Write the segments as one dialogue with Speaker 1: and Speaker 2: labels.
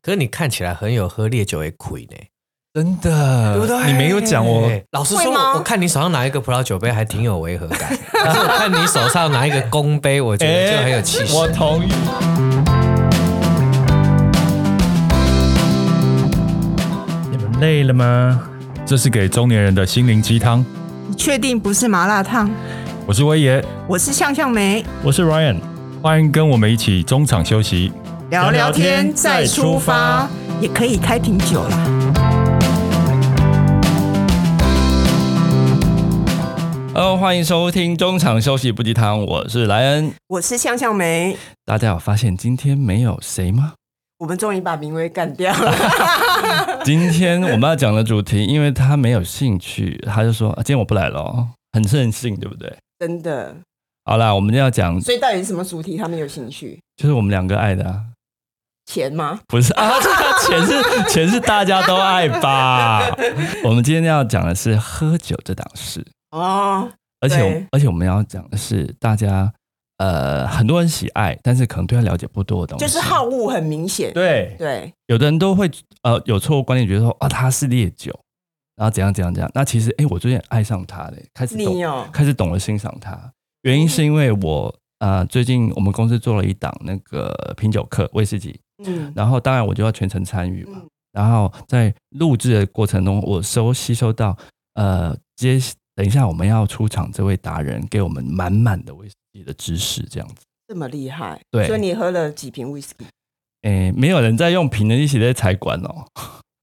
Speaker 1: 可是你看起来很有喝烈酒的亏呢，呃
Speaker 2: 真的，
Speaker 1: 对不对？
Speaker 2: 你没有讲我，
Speaker 3: 哎
Speaker 1: 老实说，
Speaker 4: 会吗
Speaker 1: 我我看你手上拿一个葡萄酒杯还挺有违和感，可是我看你手上拿一个公杯，我觉得就很有气
Speaker 3: 哎
Speaker 1: 势。
Speaker 2: 我同意。
Speaker 5: 你们累了吗？
Speaker 2: 这是给中年人的心灵鸡汤。
Speaker 4: 你确定不是麻辣烫？
Speaker 2: 我是威爷，
Speaker 4: 我是向向梅，
Speaker 5: 我是 Ryan，
Speaker 2: 欢迎跟我们一起中场休息。
Speaker 4: 聊
Speaker 5: 聊
Speaker 4: 聊
Speaker 5: 天
Speaker 4: 天再
Speaker 5: 再出
Speaker 4: 出
Speaker 5: 发
Speaker 4: 发，也可以开瓶酒啦。
Speaker 3: Hello，欢哦迎收听中场休息不鸡汤，我是莱恩。
Speaker 4: 我是向向梅，
Speaker 3: 大家有发现今天没有谁吗？
Speaker 4: 我们终于把明威干掉了。
Speaker 3: 今天我们要讲的主题，因为他没有兴趣，他就说、啊、今天我不来了哦，很任性，对不对？
Speaker 4: 真的，
Speaker 3: 好啦，我们要讲
Speaker 4: 所以到底是什么主题他们有兴趣？
Speaker 3: 就是我们两个爱的、啊，
Speaker 4: 钱吗？
Speaker 3: 不是 啊，这个钱是钱是大家都爱吧？我们今天要讲的是喝酒这档事，
Speaker 4: 哦，
Speaker 3: 而且我
Speaker 4: 对
Speaker 3: 而且我们要讲的是大家呃很多人喜爱，但是可能对他了解不多的东西，
Speaker 4: 就是好恶很明显。
Speaker 3: 对
Speaker 4: 对，
Speaker 3: 有的人都会呃有错误观念，觉得说啊他是烈酒，然后怎样怎样怎样。那其实哎、诶我最近爱上他嘞，开始懂
Speaker 4: 你哦，
Speaker 3: 开始懂得欣赏他。原因是因为我呃最近我们公司做了一档那个品酒课威士忌，
Speaker 4: 嗯，
Speaker 3: 然后当然我就要全程参与嘛。
Speaker 4: 嗯
Speaker 3: 然后在录制的过程中，我收吸收到呃接等一下我们要出场这位达人给我们满满的威士忌的知识，这样子。
Speaker 4: 这么厉害。
Speaker 3: 对
Speaker 4: 所以你喝了几瓶威士忌？
Speaker 3: 哎，没有人在用平的一起在采管哦。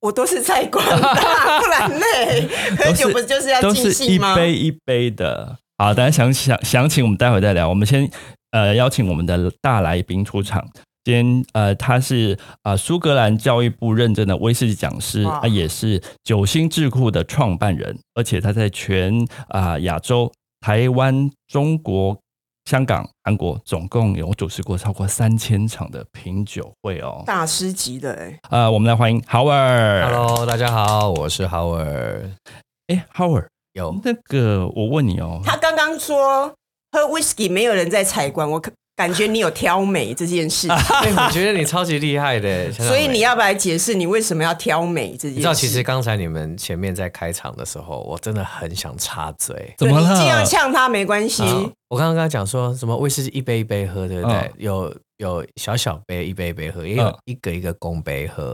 Speaker 4: 我都是在广大，不然累。喝酒不就是要
Speaker 3: 都
Speaker 4: 尽
Speaker 3: 是一
Speaker 4: 兴吗？
Speaker 3: 杯一杯的。好，大家详详详情我们待会再聊。我们先呃邀请我们的大来宾出场。今天呃他是啊、呃苏格兰教育部认证的威士忌讲师，
Speaker 4: 哇
Speaker 3: 啊也是九星智库的创办人，而且他在全啊、亚洲、台湾、中国、香港、韩国总共有主持过超过三千场的品酒会哦。
Speaker 4: 大师级的哎、
Speaker 3: 呃，我们来欢迎 Howard。
Speaker 1: Hello，大家好，我是 Howard。
Speaker 3: 哎，Howard，
Speaker 1: 有
Speaker 3: 那个我问你哦，
Speaker 4: 他刚刚说喝 whisky 没有人在采光，我可感觉你有挑美这 件事，
Speaker 1: 哎、我觉得你超级厉害的，
Speaker 4: 所以你
Speaker 1: 要
Speaker 4: 要不要来解释你为什么要挑美这件事？
Speaker 1: 你知道，其实刚才你们前面在开场的时候，我真的很想插嘴。
Speaker 3: 怎么
Speaker 4: 对
Speaker 3: 了？
Speaker 4: 你这样呛他没关系，
Speaker 1: 啊我刚刚跟他讲说什么威士忌一杯一杯喝，对不对？
Speaker 3: 嗯
Speaker 1: 有有小小杯一杯一杯喝，也有
Speaker 3: 嗯
Speaker 1: 一个一个公杯喝。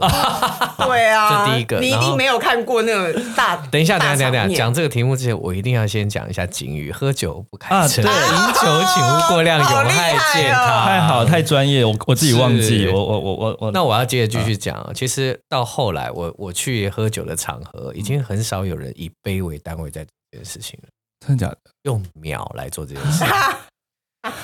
Speaker 4: 对 啊，
Speaker 1: 这第一个
Speaker 4: 你一
Speaker 1: 然后
Speaker 4: 定没有看过那个大。
Speaker 1: 等一下，等
Speaker 4: 大
Speaker 1: 一下，等一下，
Speaker 4: 场面
Speaker 1: 讲这个题目之前，我一定要先讲一下警语：喝酒不开
Speaker 3: 啊
Speaker 1: 车，
Speaker 3: 对
Speaker 1: 饮酒请勿过量，有
Speaker 4: 好厉
Speaker 1: 害
Speaker 4: 害哦
Speaker 1: 健康。
Speaker 3: 太好，太专业，我我自己忘记，
Speaker 1: 是
Speaker 3: 我我我我我，
Speaker 1: 那我要接着继续讲，其实到后来我我去喝酒的场合，已经很少有人以杯为单位在做这件事情了，
Speaker 3: 真的假的？
Speaker 1: 用秒来做这件 事。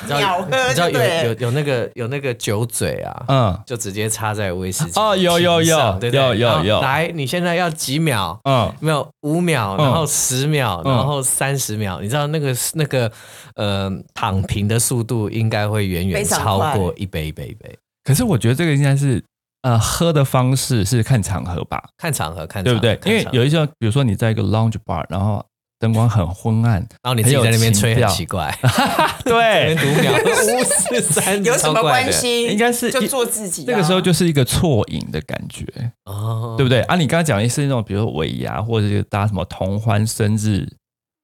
Speaker 1: 你知道
Speaker 4: 秒喝
Speaker 1: 你知道
Speaker 4: 就对
Speaker 1: 有有有那个有那个酒嘴啊，
Speaker 3: 嗯
Speaker 1: 就直接插在威士忌
Speaker 3: 哦有有
Speaker 1: 瓶上
Speaker 3: 有
Speaker 1: 对不对
Speaker 3: 有有
Speaker 1: 然后
Speaker 3: 有
Speaker 1: 来，你现在要几秒？
Speaker 3: 嗯，
Speaker 1: 没有五秒，
Speaker 3: 嗯
Speaker 1: 然后十秒，
Speaker 3: 嗯
Speaker 1: 然后三十秒，你知道那个那个呃躺平的速度应该会远远
Speaker 4: 非常
Speaker 1: 超
Speaker 4: 快
Speaker 1: 过一杯一杯一杯，
Speaker 3: 可是我觉得这个应该是呃喝的方式是看场合吧，
Speaker 1: 看场合看
Speaker 3: 对不对
Speaker 1: 场？合
Speaker 3: 因
Speaker 1: 看
Speaker 3: 为
Speaker 1: 场合
Speaker 3: 有一些，比如说你在一个 lounge bar，然后灯光很昏 暗，
Speaker 1: 然后你自己在那边吹很奇 怪，
Speaker 3: 哎对，
Speaker 1: 读 秒五四三
Speaker 4: 有什么关？系？
Speaker 3: 应该是
Speaker 4: 就做自己啊、
Speaker 3: 那个时候就是一个错饮的感觉，
Speaker 1: 哦，
Speaker 3: 对不对？啊，你刚刚讲的是那种，比如说尾牙或者是大家什么同欢生日，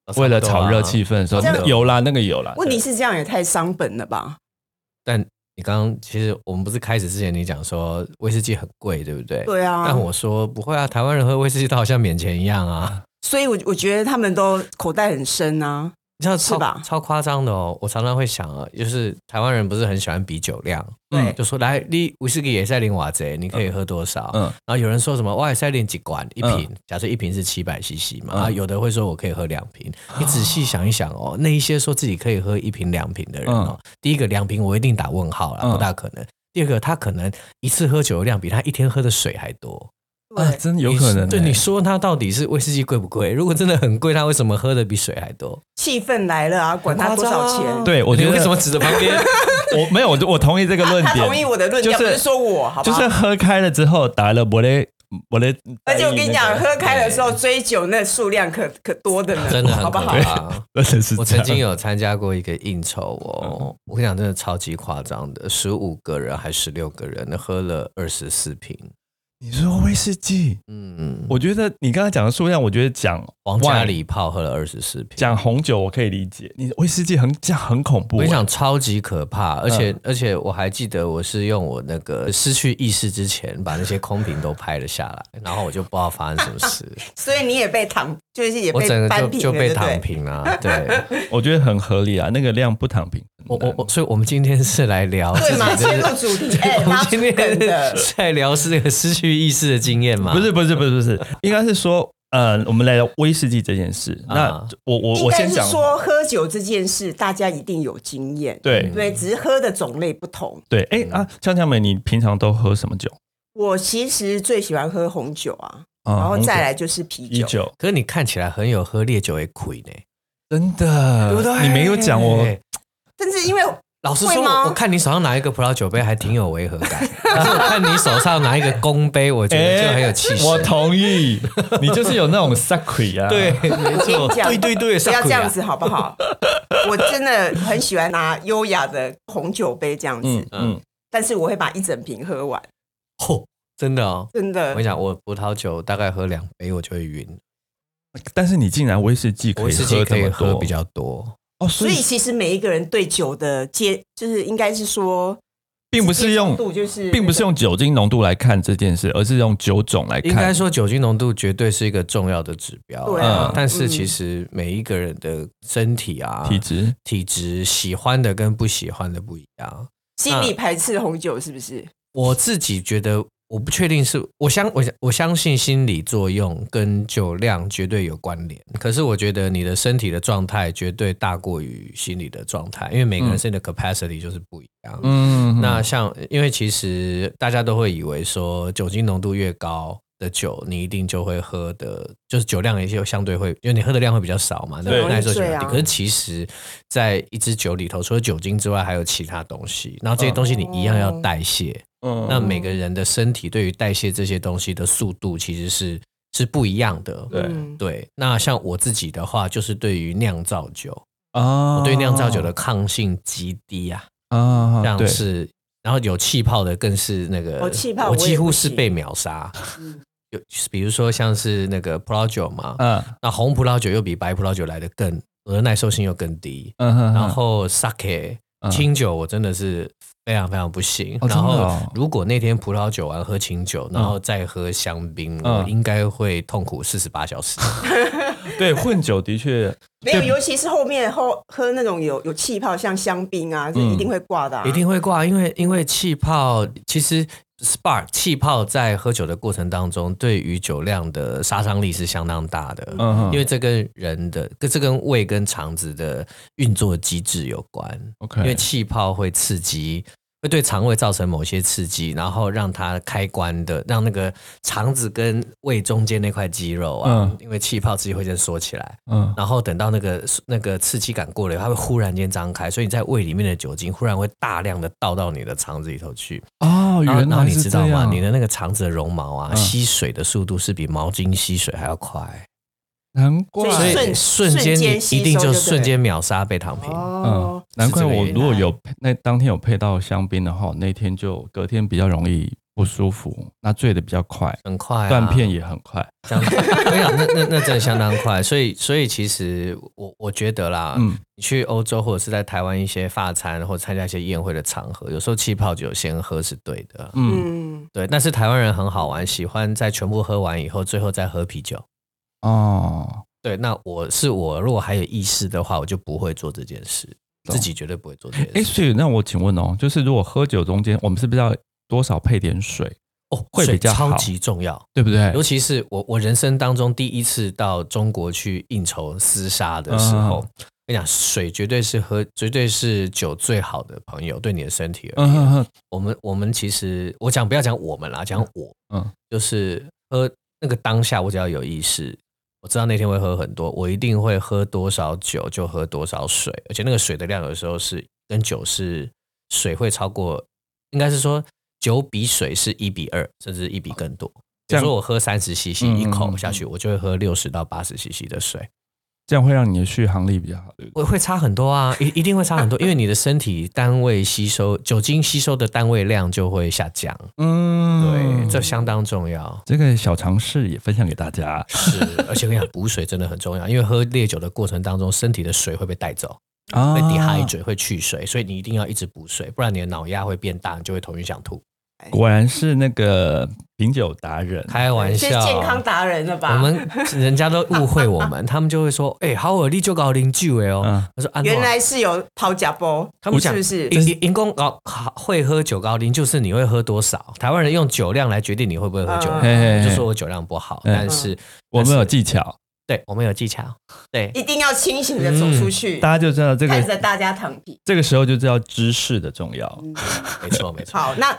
Speaker 1: 啊
Speaker 3: 为了炒热气氛的时候，
Speaker 4: 这样
Speaker 3: 那有啦，那个有啦。
Speaker 4: 问题
Speaker 3: 对
Speaker 4: 是这样也太伤本了吧？
Speaker 1: 但你刚刚其实我们不是开始之前你讲说威士忌很贵，对不对？
Speaker 4: 对啊，
Speaker 1: 但我说不会啊，台湾人喝威士忌都好像免钱一样啊，
Speaker 4: 所以我我觉得他们都口袋很深啊。
Speaker 1: 你知道
Speaker 4: 是
Speaker 1: 超
Speaker 4: 吧
Speaker 1: 超夸张的哦！我常常会想啊，就是台湾人不是很喜欢比酒量，
Speaker 3: 嗯
Speaker 4: 对
Speaker 1: 就说来你威士忌也在领瓦贼，你可以喝多少？
Speaker 3: 嗯
Speaker 1: 然后有人说什么哇，塞领几罐一瓶，
Speaker 3: 嗯
Speaker 1: 假设一瓶是七百 CC 嘛，
Speaker 3: 嗯
Speaker 1: 然后有的会说我可以喝两瓶。你仔细想一想哦，那一些说自己可以喝一瓶两瓶的人哦，第一个两瓶我一定打问号啦，
Speaker 3: 嗯
Speaker 1: 不大可能。第二个，他可能一次喝酒的量比他一天喝的水还多。
Speaker 3: 啊，真的有可能欸。
Speaker 1: 你对，你说他到底是威士忌贵不贵？如果真的很贵，他为什么喝的比水还多？
Speaker 4: 气氛来了啊，管他多少
Speaker 1: 很夸张
Speaker 4: 钱
Speaker 1: 啊，
Speaker 3: 对我觉
Speaker 1: 你
Speaker 3: 得
Speaker 1: 为什么指着旁 边？
Speaker 3: 我没有，我我同意这个论
Speaker 4: 他
Speaker 3: 点。
Speaker 4: 同 意我的论调，
Speaker 3: 就是
Speaker 4: 不是说我，好不
Speaker 3: 就
Speaker 4: 好？
Speaker 3: 是喝开了之后打了我的我的，
Speaker 4: 而且我跟你讲，
Speaker 3: 那个
Speaker 4: 喝开的时候追酒那数量可可多的呢，
Speaker 1: 真的很
Speaker 4: 好不
Speaker 1: 可
Speaker 4: 好？
Speaker 1: 怕。
Speaker 3: 真的是
Speaker 1: 我
Speaker 3: 这
Speaker 1: 曾
Speaker 3: 样
Speaker 1: 经有参加过一个应酬哦，
Speaker 4: 嗯
Speaker 1: 我跟你讲，真的超级夸张的，十五个人还十六个人，喝了二十四瓶，
Speaker 3: 你说威士忌，
Speaker 1: 嗯，
Speaker 3: 我觉得你刚才讲的数量，我觉得讲
Speaker 1: 王嘉
Speaker 3: wine，
Speaker 1: 礼炮喝了二十四瓶。
Speaker 3: 讲红酒我可以理解，你威士忌很这样很恐怖、
Speaker 1: 我
Speaker 3: 欸。
Speaker 1: 跟你讲，超级可怕，而且、
Speaker 4: 嗯
Speaker 1: 而且我还记得，我是用我那个失去意识之前，把那些空瓶都拍了下来，然后我就不知道发生什么 事，
Speaker 4: 所以你也被躺，就是也
Speaker 1: 我整
Speaker 4: 被
Speaker 1: 个
Speaker 4: 扳
Speaker 1: 就
Speaker 4: 平
Speaker 1: 就
Speaker 4: 了，对
Speaker 1: 被
Speaker 4: 不
Speaker 1: 躺
Speaker 4: 对？
Speaker 1: 平了、对，
Speaker 3: 我觉得很合理啊，那个量不躺平。嗯
Speaker 1: 我我我，所以我们今天是来聊自
Speaker 4: 对
Speaker 1: 己
Speaker 4: 嘛，
Speaker 1: 的
Speaker 4: 切入主题，哎，
Speaker 1: 我们
Speaker 4: 拉出
Speaker 1: 今
Speaker 4: 梗
Speaker 1: 天
Speaker 4: 的，
Speaker 1: 是在聊是个失去意识的经验嘛？
Speaker 3: 不是不是不是不是， 应该是说，呃，我们来聊威士忌这件事。那
Speaker 1: 啊
Speaker 3: 我我
Speaker 4: 应
Speaker 3: 我
Speaker 4: 该
Speaker 3: 先
Speaker 4: 是
Speaker 3: 讲，
Speaker 4: 说喝酒这件事，大家一定有经验，
Speaker 3: 对
Speaker 4: 对，只是喝的种类不同。
Speaker 3: 对，哎、
Speaker 1: 嗯
Speaker 3: 啊，香香美，你平常都喝什么酒？
Speaker 4: 我其实最喜欢喝红酒啊，
Speaker 3: 啊
Speaker 4: 然后
Speaker 3: 红酒
Speaker 4: 再来就是啤
Speaker 3: 啤
Speaker 4: 酒。
Speaker 3: 酒，
Speaker 1: 可是你看起来很有喝烈酒的鬼呢。
Speaker 3: 真的，
Speaker 1: 对不对
Speaker 3: 你没有讲我，
Speaker 1: 对
Speaker 4: 但是因 为
Speaker 1: 老实
Speaker 4: 会
Speaker 1: 说，
Speaker 4: 吗
Speaker 1: 我我看你手上拿一个葡萄酒杯还挺有违和感，但是我看你手上拿一个公杯，我觉得就很有气势。
Speaker 3: 我同意，你就是有那种 sucky 啊，
Speaker 1: 对，，没错，
Speaker 4: 我跟你讲
Speaker 1: 对对对，
Speaker 4: 不要这样
Speaker 1: 萨
Speaker 4: 子好不 好？我真的很喜欢拿优雅的红酒杯这样子，
Speaker 3: 嗯嗯，
Speaker 4: 但是我会把一整瓶喝完，
Speaker 1: 库亚，吼，真的哦。
Speaker 4: 真
Speaker 1: 我
Speaker 4: 的
Speaker 1: 跟你。讲，我葡萄酒大概喝两杯我就会晕，
Speaker 3: 但是你竟然威士忌可
Speaker 1: 威
Speaker 3: 以
Speaker 1: 士忌
Speaker 3: 喝
Speaker 1: 可
Speaker 3: 这
Speaker 1: 以
Speaker 3: 么
Speaker 1: 喝
Speaker 3: 多，
Speaker 1: 比较多。
Speaker 3: 哦，
Speaker 4: 所
Speaker 3: 所
Speaker 4: 以
Speaker 3: 以
Speaker 4: 其实每一个人对酒的接，就是应该是说，
Speaker 3: 并不是用
Speaker 4: 接受度就是
Speaker 3: 并不是用酒精浓度来看这件事，而是用酒种来看。
Speaker 1: 应该说酒精浓度绝对是一个重要的指标，
Speaker 4: 对啊
Speaker 1: 嗯但是
Speaker 4: 嗯
Speaker 1: 其实每一个人的身体啊、
Speaker 3: 体质，
Speaker 1: 体质喜欢的跟不喜欢的不一样。
Speaker 4: 心
Speaker 3: 嗯
Speaker 4: 理排斥红酒，是不是？
Speaker 1: 我自己觉得，我不确定是我相我我相信心理作用跟酒量绝对有关联，可是我觉得你的身体的状态绝对大过于心理的状态，因为每个人身体的 capacity 就是不一样。
Speaker 3: 嗯
Speaker 1: 那像，因为其实大家都会以为说，酒精浓度越高的酒，你一定就会喝的，就是酒量也就相对会，因为你喝的量会比较少嘛，
Speaker 3: 对
Speaker 1: 那耐受酒
Speaker 4: 容易
Speaker 1: 量
Speaker 4: 醉
Speaker 1: 低。
Speaker 4: 啊
Speaker 1: 可是其实，在一支酒里头，除了酒精之外，还有其他东西，然后这些东西你一样要代谢。
Speaker 3: 嗯
Speaker 1: 那每个人的身体对于代谢这些东西的速度，其实是是不一样的。
Speaker 3: 对
Speaker 4: 嗯
Speaker 1: 对，那像我自己的话，就是对于酿造酒，
Speaker 3: 啊
Speaker 1: 我对酿造酒的抗性极低啊。
Speaker 3: 啊，
Speaker 1: 像
Speaker 3: 对
Speaker 1: 是，然后有气泡的更是那个，
Speaker 4: 哦气泡
Speaker 1: 我
Speaker 4: 我也
Speaker 1: 几乎
Speaker 4: 不
Speaker 1: 是
Speaker 4: 行
Speaker 1: 被秒杀。
Speaker 4: 嗯
Speaker 1: 有比如说像是那个葡萄酒嘛，
Speaker 3: 嗯
Speaker 1: 那红葡萄酒又比白葡萄酒来的更，我的耐受性又更低。
Speaker 3: 嗯哼，
Speaker 1: 然后 sake
Speaker 3: 嗯
Speaker 1: 清酒我真的是非常非常不行。
Speaker 3: 哦真的
Speaker 1: 然后
Speaker 3: 哦
Speaker 1: 如果那天葡萄酒完喝清酒，然后再喝香槟，
Speaker 3: 嗯
Speaker 1: 我应该会痛苦四十八小时。
Speaker 3: 对混酒的确
Speaker 4: 没有，
Speaker 3: 对
Speaker 4: 尤其是后面喝喝那种有有气泡，像香槟啊，这
Speaker 3: 嗯
Speaker 4: 一定会挂的、啊
Speaker 1: 一定会挂，因为因为气泡其实 spark 气泡在喝酒的过程当中，对于酒量的杀伤力是相当大的。
Speaker 3: 嗯哼
Speaker 1: 因为这跟人的，跟这跟胃跟肠子的运作机制有关。
Speaker 3: OK，
Speaker 1: 因为气泡会刺激，会对肠胃造成某些刺激，然后让它开关的，让那个肠子跟胃中间那块肌肉啊，
Speaker 3: 嗯
Speaker 1: 因为气泡自己会先缩起来，
Speaker 3: 嗯
Speaker 1: 然后等到那个那个刺激感过了以后，它会忽然间张开，所以你在胃里面的酒精忽然会大量的倒到你的肠子里头去。
Speaker 3: 哦，
Speaker 1: 然后
Speaker 3: 原
Speaker 1: 然后
Speaker 3: 来
Speaker 1: 你
Speaker 3: 是
Speaker 1: 知
Speaker 3: 这
Speaker 1: 道吗？
Speaker 3: 样，
Speaker 1: 你的那个肠子的绒毛啊，
Speaker 3: 嗯
Speaker 1: 吸水的速度是比毛巾吸水还要快，
Speaker 3: 难怪，
Speaker 4: 所
Speaker 1: 所
Speaker 4: 以
Speaker 1: 以瞬
Speaker 4: 瞬
Speaker 1: 间你
Speaker 4: 间吸收
Speaker 1: 一定
Speaker 4: 就
Speaker 1: 就
Speaker 4: 对
Speaker 1: 瞬间秒杀被躺平。
Speaker 3: 嗯
Speaker 4: 哦，，
Speaker 3: 难怪
Speaker 1: 是这个
Speaker 3: 我
Speaker 1: 原因
Speaker 3: 如果有配那当天有配到香槟的话，那天就隔天比较容易不舒服，那醉的比较快，
Speaker 1: 很快、啊，
Speaker 3: 断片也很快。
Speaker 1: 这样子， 我跟你讲，那那那真的相当快，所以所以其实我我觉得啦，
Speaker 3: 嗯
Speaker 1: 你去欧洲或者是在台湾一些发餐或者参加一些宴会的场合，有时候气泡酒先喝是对的，
Speaker 3: 嗯
Speaker 4: 嗯，
Speaker 1: 对。但是台湾人很好玩，喜欢在全部喝完以后，最后再喝啤酒。
Speaker 3: 哦，
Speaker 1: 对，那我是我，如果还有意识的话，我就不会做这件事，
Speaker 3: 懂
Speaker 1: 自己绝对不会做这
Speaker 3: 哎，
Speaker 1: 件事。
Speaker 3: 所以那我请问哦，就是如果喝酒中间，我们是不是要多少配点水，
Speaker 1: 哦，
Speaker 3: 会比较
Speaker 1: 水
Speaker 3: 好
Speaker 1: 超级重要，
Speaker 3: 对不对
Speaker 1: 尤？其是我我人生当中第一次到中国去应酬厮杀的时候，跟你讲，水绝对是喝，绝对是酒最好的朋友，对你的身体而言。
Speaker 3: 嗯哼哼，
Speaker 1: 我们我们其实我讲不要讲我们啦，讲我，
Speaker 3: 嗯
Speaker 1: 就是喝那个当下，我只要有意识。我知道那天会喝很多，我一定会喝多少酒就喝多少水，而且那个水的量有时候是跟酒是水会超过，应该是说酒比水是一比二，甚至一比更多。比
Speaker 3: 这
Speaker 1: 如
Speaker 3: 样
Speaker 1: 说我喝三十 CC
Speaker 3: 嗯
Speaker 1: 一口
Speaker 3: 嗯
Speaker 1: 下去，
Speaker 3: 嗯
Speaker 1: 我就会喝六十到八十 CC 的水。
Speaker 3: 这样会让你的续航力比较好，对不对？
Speaker 1: 会会差很多啊，一一定会差很多，因为你的身体单位吸收酒精吸收的单位量就会下降，
Speaker 3: 嗯
Speaker 1: 对，这相当重要。
Speaker 3: 这个小常识也分享给大家。
Speaker 1: 是，而且我跟你讲， 补水真的很重要，因为喝烈酒的过程当中，身体的水会被带走，
Speaker 3: 啊
Speaker 1: 会 dehydrate，会去水，所以你一定要一直补水，不然你的脑压会变大，你就会头晕想吐。
Speaker 3: 果然是那个品酒达人。
Speaker 1: 开玩
Speaker 4: 这是
Speaker 1: 笑，
Speaker 4: 健康达人了吧？
Speaker 1: 我们人家都误会我们，他们就会说：“哎、好尔利就搞零酒哎哦。
Speaker 3: 嗯，”
Speaker 1: 我说：“啊，
Speaker 4: 原来是有抛假包，
Speaker 1: 他们
Speaker 4: 是
Speaker 1: 讲
Speaker 4: 不是？
Speaker 1: 银银工哦，好会喝酒高龄就是你会喝多少。台湾人用酒量来决定你会不会喝酒，
Speaker 4: 嗯
Speaker 3: 嘿嘿
Speaker 1: 我就
Speaker 3: 嘿
Speaker 1: 说我酒量不好，
Speaker 3: 嗯
Speaker 1: 但是
Speaker 3: 我们有技巧，
Speaker 1: 对我们有技巧，对
Speaker 4: 一定要清醒的走出去，
Speaker 3: 嗯大家就知道这
Speaker 4: 看着
Speaker 3: 个
Speaker 4: 大家躺平。
Speaker 3: 这个时候就知道知识的重要。
Speaker 4: 嗯
Speaker 1: 没错没错。
Speaker 4: 好，那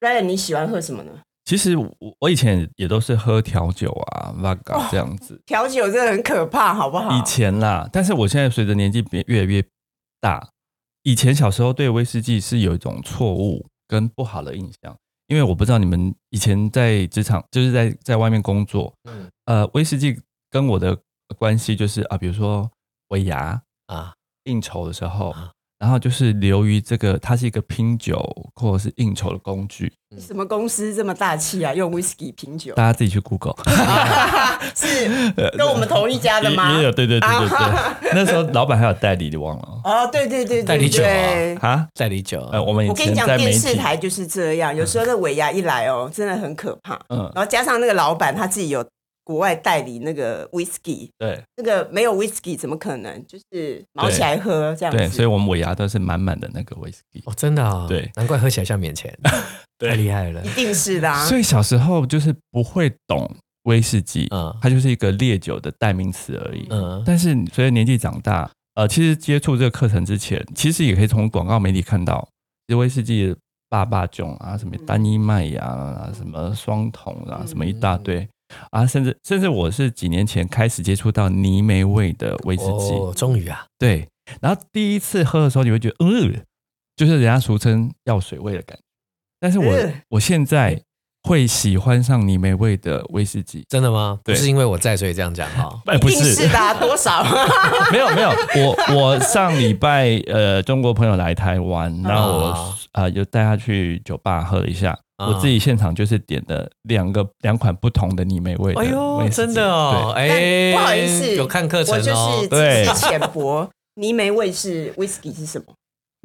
Speaker 4: Ryan 你喜欢喝什么呢？
Speaker 3: 其实我我以前也都是喝调酒啊、v o d
Speaker 1: 哦
Speaker 3: a 这样子，
Speaker 4: 调酒真的很可怕，好不
Speaker 1: 啊
Speaker 4: 好？
Speaker 3: 以前啦。但是我现在随着年纪变越来越大，以前小时候对威士忌是有一种错误跟不好的印象，因为我不知道你们以前在职场，就是在在外面工作，
Speaker 1: 嗯
Speaker 3: 呃，威士忌跟我的关系就是啊，比如说尾牙，
Speaker 1: 啊，
Speaker 3: 应酬的时候
Speaker 1: 啊，
Speaker 3: 然后就是流于这个，它是一个拼酒或者是应酬的工具，
Speaker 4: 什么公司这么大气啊？用 whisky 品酒
Speaker 3: 大家自己去 Google。
Speaker 4: 是跟我们同一家的吗
Speaker 3: 也也？有对对对对
Speaker 4: 啊
Speaker 3: 对， 那时候老板还有代理，你忘了
Speaker 4: 哦，对对对
Speaker 1: 代
Speaker 4: 对
Speaker 1: 理酒啊
Speaker 4: 对。
Speaker 3: 啊？
Speaker 1: 代理酒，
Speaker 3: 呃，我们以
Speaker 4: 我跟
Speaker 3: 前
Speaker 4: 你讲，
Speaker 3: 在媒
Speaker 4: 电视
Speaker 3: 体，
Speaker 4: 台就是这样，有时候那尾牙一来哦，真的很可怕。
Speaker 3: 嗯，
Speaker 4: 然后加上那个老板他自己有国外代理那个 whisky，
Speaker 3: 对
Speaker 4: 那个没有 whisky 怎么可能？就是毛起来喝这样
Speaker 3: 对，
Speaker 4: 子。
Speaker 3: 所以我们尾牙都是满满的那个威士忌。
Speaker 1: 哦，真的啊，
Speaker 3: 对
Speaker 1: 难怪喝起来像免 钱，太厉害了
Speaker 4: 一，定是的、啊。
Speaker 3: 所以小时候就是不会懂威士忌，
Speaker 1: 嗯
Speaker 3: 它就是一个烈酒的代名词而已。
Speaker 1: 嗯
Speaker 3: 但是随着年纪长大，呃，其实接触这个课程之前，其实也可以从广告媒体看到，其实威士忌的爸爸囧啊，什么单一麦芽啊，什么双桶啊，
Speaker 4: 嗯
Speaker 3: 什么一大堆啊，甚至甚至我是几年前开始接触到泥煤味的威士忌，
Speaker 1: 哦，终于啊，
Speaker 3: 对，然后第一次喝的时候，你会觉得，嗯、就是人家俗称药水味的感觉，但是我、
Speaker 4: 呃
Speaker 3: 我现在会喜欢上泥煤味的威士忌。
Speaker 1: 真的吗？不
Speaker 3: 对
Speaker 1: 是因为我在所以这样讲哦哈，
Speaker 3: 哎，
Speaker 4: 一定是的、啊，多少？
Speaker 3: 没有没有，我我上礼拜呃，中国朋友来台湾，
Speaker 1: 啊
Speaker 3: 然后我呃就带他去酒吧喝了一下，
Speaker 1: 啊
Speaker 3: 我自己现场就是点了两个两款不同的泥煤味的
Speaker 1: 哎
Speaker 3: 威士忌。
Speaker 1: 呦，真的哦，哎，
Speaker 4: 但不好意思，
Speaker 1: 有看课程
Speaker 4: 我就
Speaker 1: 哦
Speaker 4: 是，
Speaker 3: 对
Speaker 4: 知识浅薄。泥煤味是 whisky 是什么？
Speaker 3: 对，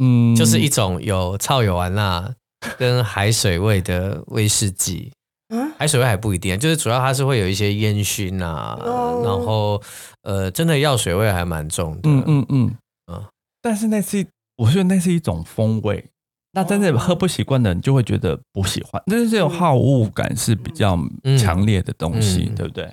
Speaker 3: 嗯
Speaker 1: 就是一种有草有丸啦跟海水味的威士忌。
Speaker 4: 嗯
Speaker 1: 海水味还不一定，就是主要它是会有一些烟熏啊，
Speaker 4: 哦
Speaker 1: 然后呃，真的药水味还蛮重的。
Speaker 3: 嗯嗯嗯
Speaker 1: 嗯
Speaker 3: 但是那是一我觉得那是一种风味。那真的喝不习惯的人就会觉得不喜欢，但是这种好恶感是比较
Speaker 1: 嗯
Speaker 3: 强烈的东西，
Speaker 1: 嗯
Speaker 3: 对不对？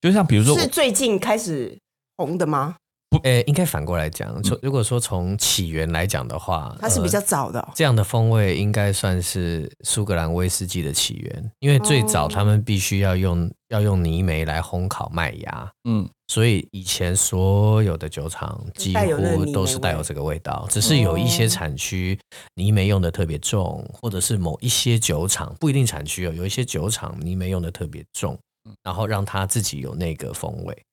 Speaker 3: 就像比如说我，
Speaker 4: 是最近开始红的吗？
Speaker 1: 诶，哎应该反过来讲，从如果说从起源来讲的话，
Speaker 4: 它是比较
Speaker 1: 呃
Speaker 4: 早的哦、
Speaker 1: 这样的风味应该算是苏格兰威士忌的起源，因为最早
Speaker 4: 哦
Speaker 1: 他们必须要用要用泥煤来烘烤麦芽，
Speaker 3: 嗯，
Speaker 1: 所以以前所有的酒厂几
Speaker 4: 带有那个
Speaker 1: 乎
Speaker 4: 泥煤
Speaker 1: 都是带有
Speaker 4: 味
Speaker 1: 这个味道，
Speaker 4: 嗯
Speaker 1: 只是有一些产区泥煤用的特别重，或者是某一些酒厂不一定产区哦，有一些酒厂泥煤用的特别重，
Speaker 4: 嗯
Speaker 1: 然后让它自己有那个风味。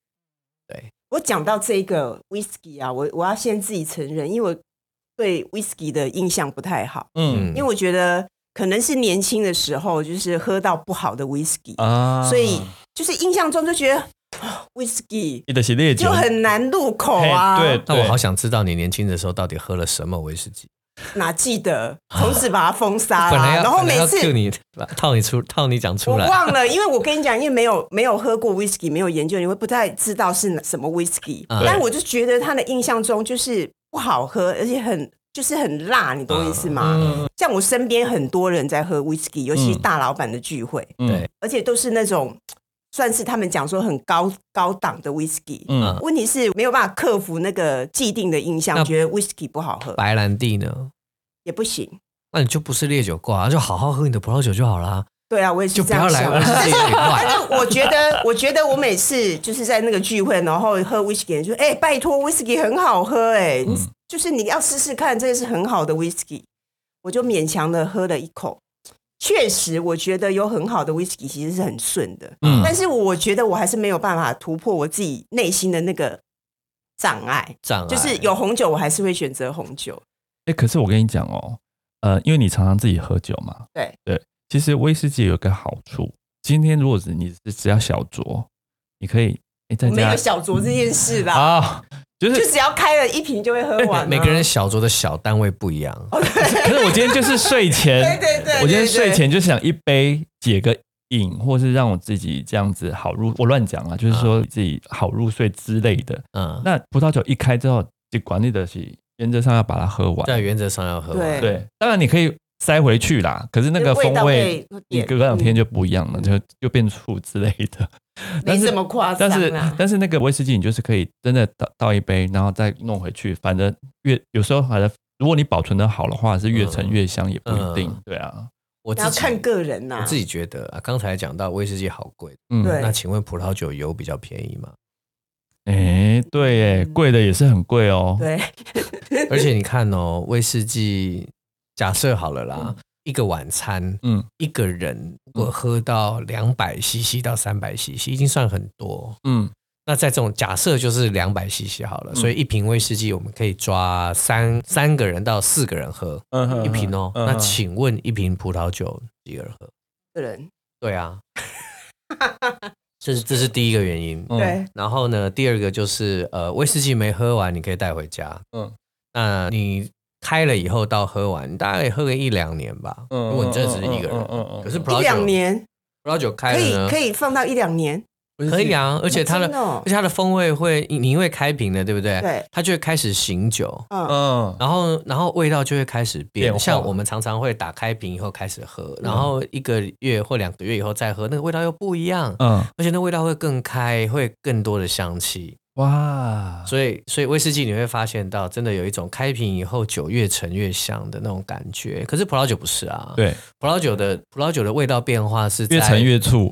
Speaker 4: 我讲到这个 whisky 啊，我我要先自己承认，因为我对 whisky 的印象不太好，
Speaker 3: 嗯
Speaker 1: 嗯，
Speaker 4: 因为我觉得可能是年轻的时候就是喝到不好的 whisky，、
Speaker 3: 啊，
Speaker 4: 所以就是印象中就觉得、 哦、whisky
Speaker 3: 你的系列酒
Speaker 4: 就很难入口啊，
Speaker 3: 嘿对
Speaker 1: 那我好想知道你年轻的时候到底喝了什么威士忌。
Speaker 4: 哪记得？从此把它封杀
Speaker 1: 本
Speaker 4: 啦。
Speaker 1: 来要
Speaker 4: 啊然后
Speaker 1: 本来
Speaker 4: 每
Speaker 1: 要
Speaker 4: 次
Speaker 1: cue 你 套你出套你讲
Speaker 4: 我
Speaker 1: 出来
Speaker 4: 忘了，因为我跟你讲，因为没有没有喝过 whisky，没有研究，你会不太知道是哪什么 whisky、
Speaker 1: 嗯
Speaker 4: 但我就觉得它的印象中就是不好喝，而且很就是很辣，你懂我意思吗？
Speaker 1: 嗯
Speaker 4: 像我身边很多人在喝 whisky，尤其是
Speaker 3: 嗯
Speaker 4: 大老板的聚会，
Speaker 1: 对，
Speaker 4: 而且都是那种算是他们讲说很高高档的 whisky、
Speaker 3: 嗯
Speaker 4: 问题是没有办法克服那个既定的印
Speaker 1: 那
Speaker 4: 象，觉得 whisky 不好喝
Speaker 1: 白兰地呢？
Speaker 4: 也不行。
Speaker 1: 那你就不是烈酒挂、啊，就好好喝你的葡萄酒就好啦，
Speaker 4: 对啊，我也是
Speaker 1: 就不
Speaker 4: 这样
Speaker 1: 要来
Speaker 4: 想。
Speaker 1: 威士忌 酒挂。
Speaker 4: 但是我觉得， 我觉得我每次就是在那个聚会，然后喝 whisky，就哎、拜托 whisky 很好喝哎、你
Speaker 3: 嗯
Speaker 4: 就是你要试试看，这个是很好的 whisky，我就勉强的喝了一口。确实，我觉得有很好的 whisky 其实是很顺的，
Speaker 3: 嗯
Speaker 4: 但是我觉得我还是没有办法突破我自己内心的那个障碍，
Speaker 1: 障碍
Speaker 4: 就是有红酒我还是会选择红酒。
Speaker 3: 哎、可是我跟你讲哦，呃，因为你常常自己喝酒嘛，
Speaker 4: 对
Speaker 3: 对，其实威士忌有一个好处，今天如果是你是只要小酌，你可以哎、在
Speaker 4: 我没
Speaker 3: 家
Speaker 4: 有小酌这件事啦，
Speaker 3: 啊，就。
Speaker 4: 就是只要开了一瓶就会喝完啊、
Speaker 1: 每个人小酌的小单位不一样，
Speaker 3: 可是我今天就是睡前，
Speaker 4: 对对对对
Speaker 3: 啊我今天睡
Speaker 4: 对
Speaker 3: 前就是想一杯解个瘾，或是让我自己这样子好入，我乱讲啊，就是说
Speaker 4: 嗯
Speaker 3: 自己好入睡之类的。
Speaker 1: 嗯，
Speaker 3: 那葡萄酒一开之后，就管理的是原则上要把它喝完。
Speaker 1: 在原则上要喝完。
Speaker 4: 对
Speaker 3: 对，当然你可以塞回去啦，可是那个
Speaker 4: 味
Speaker 3: 风
Speaker 4: 道
Speaker 3: 味，
Speaker 4: 会有嗯
Speaker 3: 你
Speaker 4: 点
Speaker 3: 隔两天就不一样了，就就变醋之类的。但
Speaker 4: 没
Speaker 3: 是
Speaker 4: 这么夸张啊
Speaker 3: 但是
Speaker 4: 啦。
Speaker 3: 但是那个威士忌，你就是可以真的倒倒一杯，然后再弄回去，反正越有时候反正如果你保存的好的话，是越陈越香也不一定。
Speaker 1: 嗯
Speaker 3: 对啊，
Speaker 1: 我自
Speaker 4: 然后
Speaker 1: 己
Speaker 4: 看个人呐、
Speaker 1: 我自己觉得啊，刚才讲到威士忌好贵，
Speaker 3: 嗯，
Speaker 4: 对
Speaker 1: 那请问葡萄酒有比较便宜 吗？
Speaker 3: 哎，对耶，贵的也是很贵哦。
Speaker 4: 对，
Speaker 1: 而且你看哦，威士忌假设好了
Speaker 4: 嗯
Speaker 1: 啦，一个晚餐
Speaker 3: 嗯
Speaker 1: 一个人如果喝到两百 CC 到三百 CC，已经算很多。
Speaker 3: 嗯
Speaker 1: 那在这种假设就是两百 CC 好了，
Speaker 3: 嗯
Speaker 1: 所以一瓶威士忌我们可以抓三三个人到四个人喝
Speaker 3: 嗯哼
Speaker 1: 一瓶哦。
Speaker 3: 嗯哼
Speaker 1: 那请问一瓶葡萄酒几个人喝？
Speaker 4: 个人
Speaker 1: 对 啊，这是这是第一个原因。
Speaker 3: 嗯
Speaker 4: 对，
Speaker 1: 然后呢，第二个就是呃，威士忌没喝完，你可以带回家。
Speaker 3: 嗯
Speaker 1: 嗯，那你开了以后到喝完，你大概也喝个一两年吧。
Speaker 3: 嗯
Speaker 1: 如果你真的只是一个人，
Speaker 3: 嗯嗯嗯嗯嗯
Speaker 1: 可是葡
Speaker 4: 一
Speaker 1: 萄
Speaker 4: 两
Speaker 1: 酒，
Speaker 4: 年
Speaker 1: 葡萄酒开
Speaker 4: 可
Speaker 1: 了
Speaker 4: 以
Speaker 1: 呢，
Speaker 4: 可以放到一两年，
Speaker 1: 以可以啊，而且它的、
Speaker 4: 真的哦
Speaker 1: 而且它的风味会，你你因为开瓶了，对不对？
Speaker 4: 对，
Speaker 1: 它就会开始醒酒。
Speaker 4: 嗯，
Speaker 3: 嗯
Speaker 1: 然后，然后味道就会开始
Speaker 3: 变
Speaker 1: 变，
Speaker 3: 化
Speaker 1: 像我们常常会打开瓶以后开始喝，
Speaker 4: 嗯
Speaker 1: 然后一个月或两个月以后再喝，那个味道又不一样，
Speaker 3: 嗯，
Speaker 1: 而且那味道会更开，会更多的香气。
Speaker 3: 哇，
Speaker 1: 所以，所以威士忌你会发现到，真的有一种开瓶以后酒越陈越香的那种感觉。可是葡萄酒不是啊，，
Speaker 3: 对，
Speaker 1: 葡萄酒的葡萄酒的味道变化是在
Speaker 3: 越陈越醋，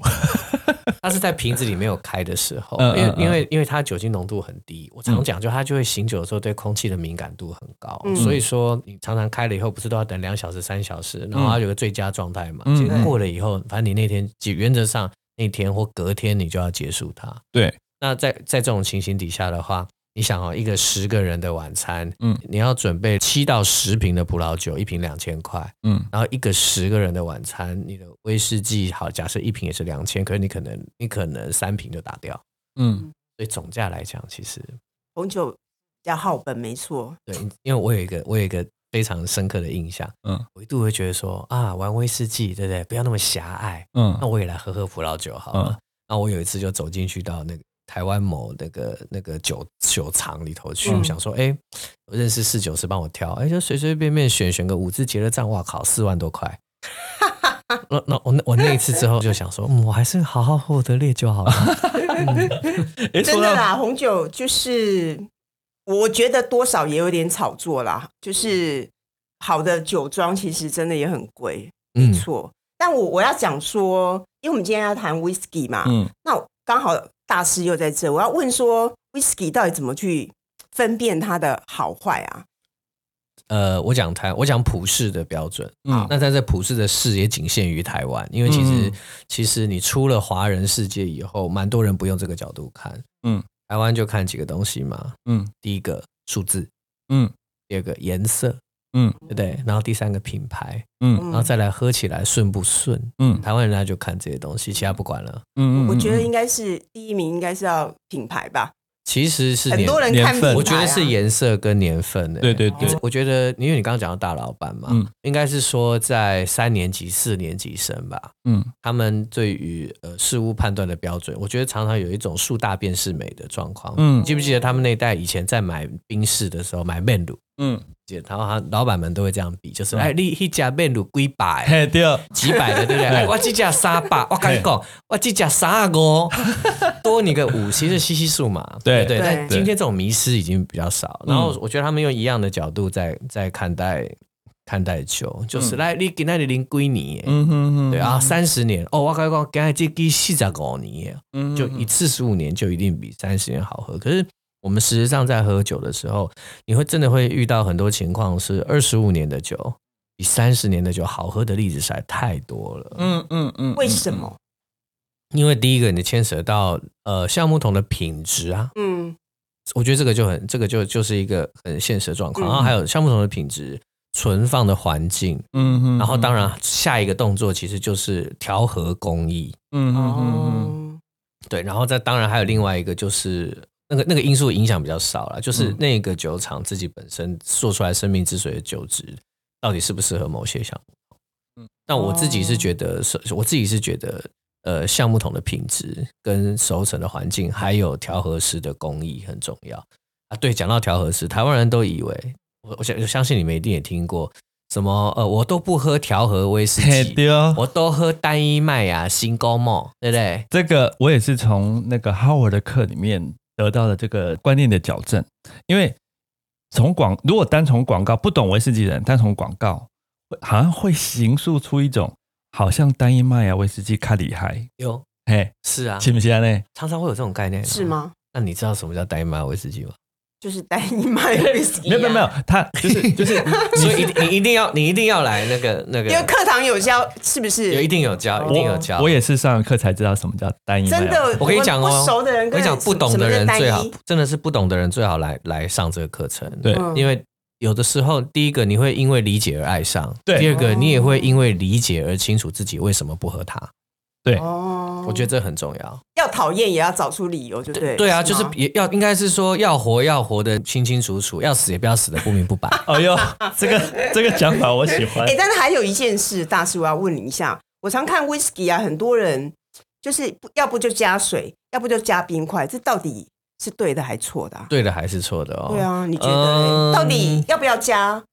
Speaker 1: 它是在瓶子里没有开的时候，
Speaker 3: 嗯嗯
Speaker 1: 因为
Speaker 3: 嗯
Speaker 1: 因为因为它酒精浓度很低。我常讲，就它就会醒酒的时候对空气的敏感度很高，
Speaker 4: 嗯
Speaker 1: 所以说你常常开了以后，不是都要等两小时、三小时，然后它有个最佳状态嘛？
Speaker 3: 嗯
Speaker 1: 其实过了以后，反正你那天基原则上那天或隔天你就要结束它。
Speaker 3: 对，
Speaker 1: 那在在这种情形底下的话，你想哦，一个十个人的晚餐，
Speaker 3: 嗯
Speaker 1: 嗯，你要准备七到十瓶的葡萄酒，一瓶两千块，
Speaker 3: 嗯
Speaker 1: 然后一个十个人的晚餐，你的威士忌好，假设一瓶也是两千，可是你可能你可能三瓶就打掉，
Speaker 3: 嗯
Speaker 1: 所以总价来讲，其实
Speaker 4: 红酒比较好本，没错，
Speaker 1: 对，因为我有一个我有一个非常深刻的印象，
Speaker 3: 嗯
Speaker 1: 嗯，我一度会觉得说啊，玩威士忌对不对？不要那么狭隘，那
Speaker 3: 嗯
Speaker 1: 我也来喝喝葡萄酒好了。
Speaker 3: 嗯
Speaker 1: 那我有一次就走进去到那个台湾某那个那个酒酒厂里头去，
Speaker 4: 嗯
Speaker 1: 我想说，哎、我认识侍酒师帮我挑，哎、就随随便便选选个五支结了账，哇靠，四万多 块。那那我那我那一次之后就想说，嗯，我还是好好喝我的烈酒好了。
Speaker 3: 哎，
Speaker 4: 真
Speaker 3: 说
Speaker 4: 的
Speaker 3: 到
Speaker 4: 啦，红酒就是我觉得多少也有点炒作啦，就是好的酒庄其实真的也很贵，
Speaker 1: 嗯
Speaker 4: 没错。但我我要讲说，因为我们今天要谈 whisky 嘛，
Speaker 3: 嗯
Speaker 4: 那我刚好大师又在这，我要问说，whisky 到底怎么去分辨它的好坏啊？
Speaker 1: 呃，我讲台，我讲普世的标准。
Speaker 3: 嗯
Speaker 1: 那在这普世的世也仅限于台湾，因为其实、
Speaker 3: 嗯
Speaker 1: 其实你出了华人世界以后，蛮多人不用这个角度看。
Speaker 3: 嗯，
Speaker 1: 台湾就看几个东西嘛，
Speaker 3: 嗯
Speaker 1: 第一个数字，
Speaker 3: 嗯
Speaker 1: 第二个颜色，
Speaker 3: 嗯
Speaker 1: 对不对？然后第三个品牌，
Speaker 3: 嗯
Speaker 4: 嗯
Speaker 1: 然后再来喝起来顺不顺？
Speaker 3: 嗯
Speaker 1: 台湾人他就看这些东西，其他不管了。
Speaker 3: 嗯，
Speaker 4: 我觉得应该是第一名，应该是要品牌吧。
Speaker 1: 其实是
Speaker 4: 很
Speaker 1: 年
Speaker 4: 多人看
Speaker 3: 年
Speaker 4: 品
Speaker 3: 份
Speaker 4: 牌、啊，
Speaker 1: 我觉得是颜色跟年份的、
Speaker 3: 对对对
Speaker 1: 我觉得因为你刚刚讲到大老板嘛，
Speaker 3: 嗯
Speaker 1: 应该是说在三年级、四年级生吧，
Speaker 3: 嗯
Speaker 1: 他们对于呃事物判断的标准，我觉得常常有一种树大便是美的状况。
Speaker 3: 嗯
Speaker 1: 你记不记得他们那一代以前在买冰室的时候买面乳，
Speaker 3: 嗯，
Speaker 1: 然后他老板们都会这样比，就是
Speaker 3: 嗯
Speaker 1: 哎，你一家面乳几百。
Speaker 3: 嘿对，
Speaker 1: 几百的，对不对？
Speaker 3: 对
Speaker 1: 哎我这只三百，我跟你讲，我这只三五，多你个五，其实稀稀数嘛，
Speaker 3: 对
Speaker 1: 不对。
Speaker 4: 对
Speaker 1: 但今天这种迷失已经比较少，
Speaker 3: 嗯
Speaker 1: 然后我觉得他们用一样的角度在在看待看待球，就是
Speaker 3: 嗯
Speaker 1: 来你今天你零归你，
Speaker 3: 嗯哼哼，
Speaker 1: 对啊，三十年哦，我跟你讲，今天这支四十五年，
Speaker 3: 嗯，
Speaker 1: 就一四十五年就一定比三十年好喝，可是。我们实际上在喝酒的时候，你会真的会遇到很多情况，是二十五年的酒比三十年的酒好喝的例子实在太多了。
Speaker 3: 嗯嗯嗯，
Speaker 4: 为什？么？
Speaker 1: 因为第一个，你牵扯到呃橡木桶的品质啊，
Speaker 4: 嗯，
Speaker 1: 我觉得这个就很，这个就就是一个很现实的状况。
Speaker 4: 嗯
Speaker 1: 然后还有橡木桶的品质、存放的环境，
Speaker 2: 嗯哼
Speaker 1: 然后当，然下一个动作其实就是调和工艺，
Speaker 2: 嗯哼哼
Speaker 4: 哦，
Speaker 1: 对，然后再当然还有另外一个就是那个那个因素影响比较少了，就是
Speaker 2: 嗯
Speaker 1: 那个酒厂自己本身做出来生命之水的酒质到底适不适合某些项目。但我自己是觉得是，我自己是觉得，呃，橡木桶的品质跟熟成的环境，还有调和师的工艺很重要啊。对，讲到调和师，台湾人都以为，我我相我相信你们一定也听过什么，呃，我都不喝调和威士
Speaker 3: 嘿
Speaker 1: 忌，
Speaker 3: 对哦，
Speaker 1: 我都喝单一麦芽新高帽，对不对？
Speaker 3: 这个我也是从那个 Howard 的课里面得到的这个观念的矫正，因为从广如果单从广告不懂威士忌的人，单从广告会好像会形塑出一种好像单一麦芽威士忌卡厉害，
Speaker 1: 有
Speaker 3: 嘿，
Speaker 1: 是啊，
Speaker 3: 信不信呢？
Speaker 1: 常常会有这种概念，啊
Speaker 4: 是？吗？
Speaker 1: 那你知道什么叫单一麦芽威士忌吗？
Speaker 4: 就是 单一麦威士忌，
Speaker 3: 没有没有没有，，他就是就是
Speaker 1: 所以一你一定要你一定要来那个那个，
Speaker 4: 因为课堂有教，是不
Speaker 1: 有一
Speaker 4: 是？
Speaker 1: 定有教，一定有教。
Speaker 3: 我我也是上了课才知道什么叫单一麦
Speaker 4: 真
Speaker 3: 芽，
Speaker 4: 的，
Speaker 1: 我跟你讲哦，
Speaker 4: 们不熟的人
Speaker 1: 我跟
Speaker 4: 跟
Speaker 1: 你讲，不懂
Speaker 4: 什么
Speaker 1: 的人
Speaker 4: 单一
Speaker 1: 最好，真的是不懂的人最好来来上这个课程。
Speaker 3: 对
Speaker 4: 嗯
Speaker 1: 因为有的时候，第一个你会因为理解而爱上，
Speaker 3: 对
Speaker 1: 第二个
Speaker 4: 哦
Speaker 1: 你也会因为理解而清楚自己为什么不喝它。
Speaker 3: 对
Speaker 4: 哦
Speaker 1: 我觉得这很重要。
Speaker 4: 要讨厌也要找出理由，就对。
Speaker 1: 对啊，就是
Speaker 4: 吗
Speaker 1: 也要应该是说要活要活得清清楚楚，要死也不要死的不明不 白。
Speaker 3: 哎呦，这个这个讲法我喜欢
Speaker 4: 哎、，但是还有一件事，大师我要问你一下，我常看 whisky 啊，很多人就是不要不就加水，要不就加冰块，这到底是对的还错的、啊？
Speaker 1: 对的还是错的哦。
Speaker 4: 对啊，你觉得、
Speaker 1: 嗯
Speaker 4: 到底要不要加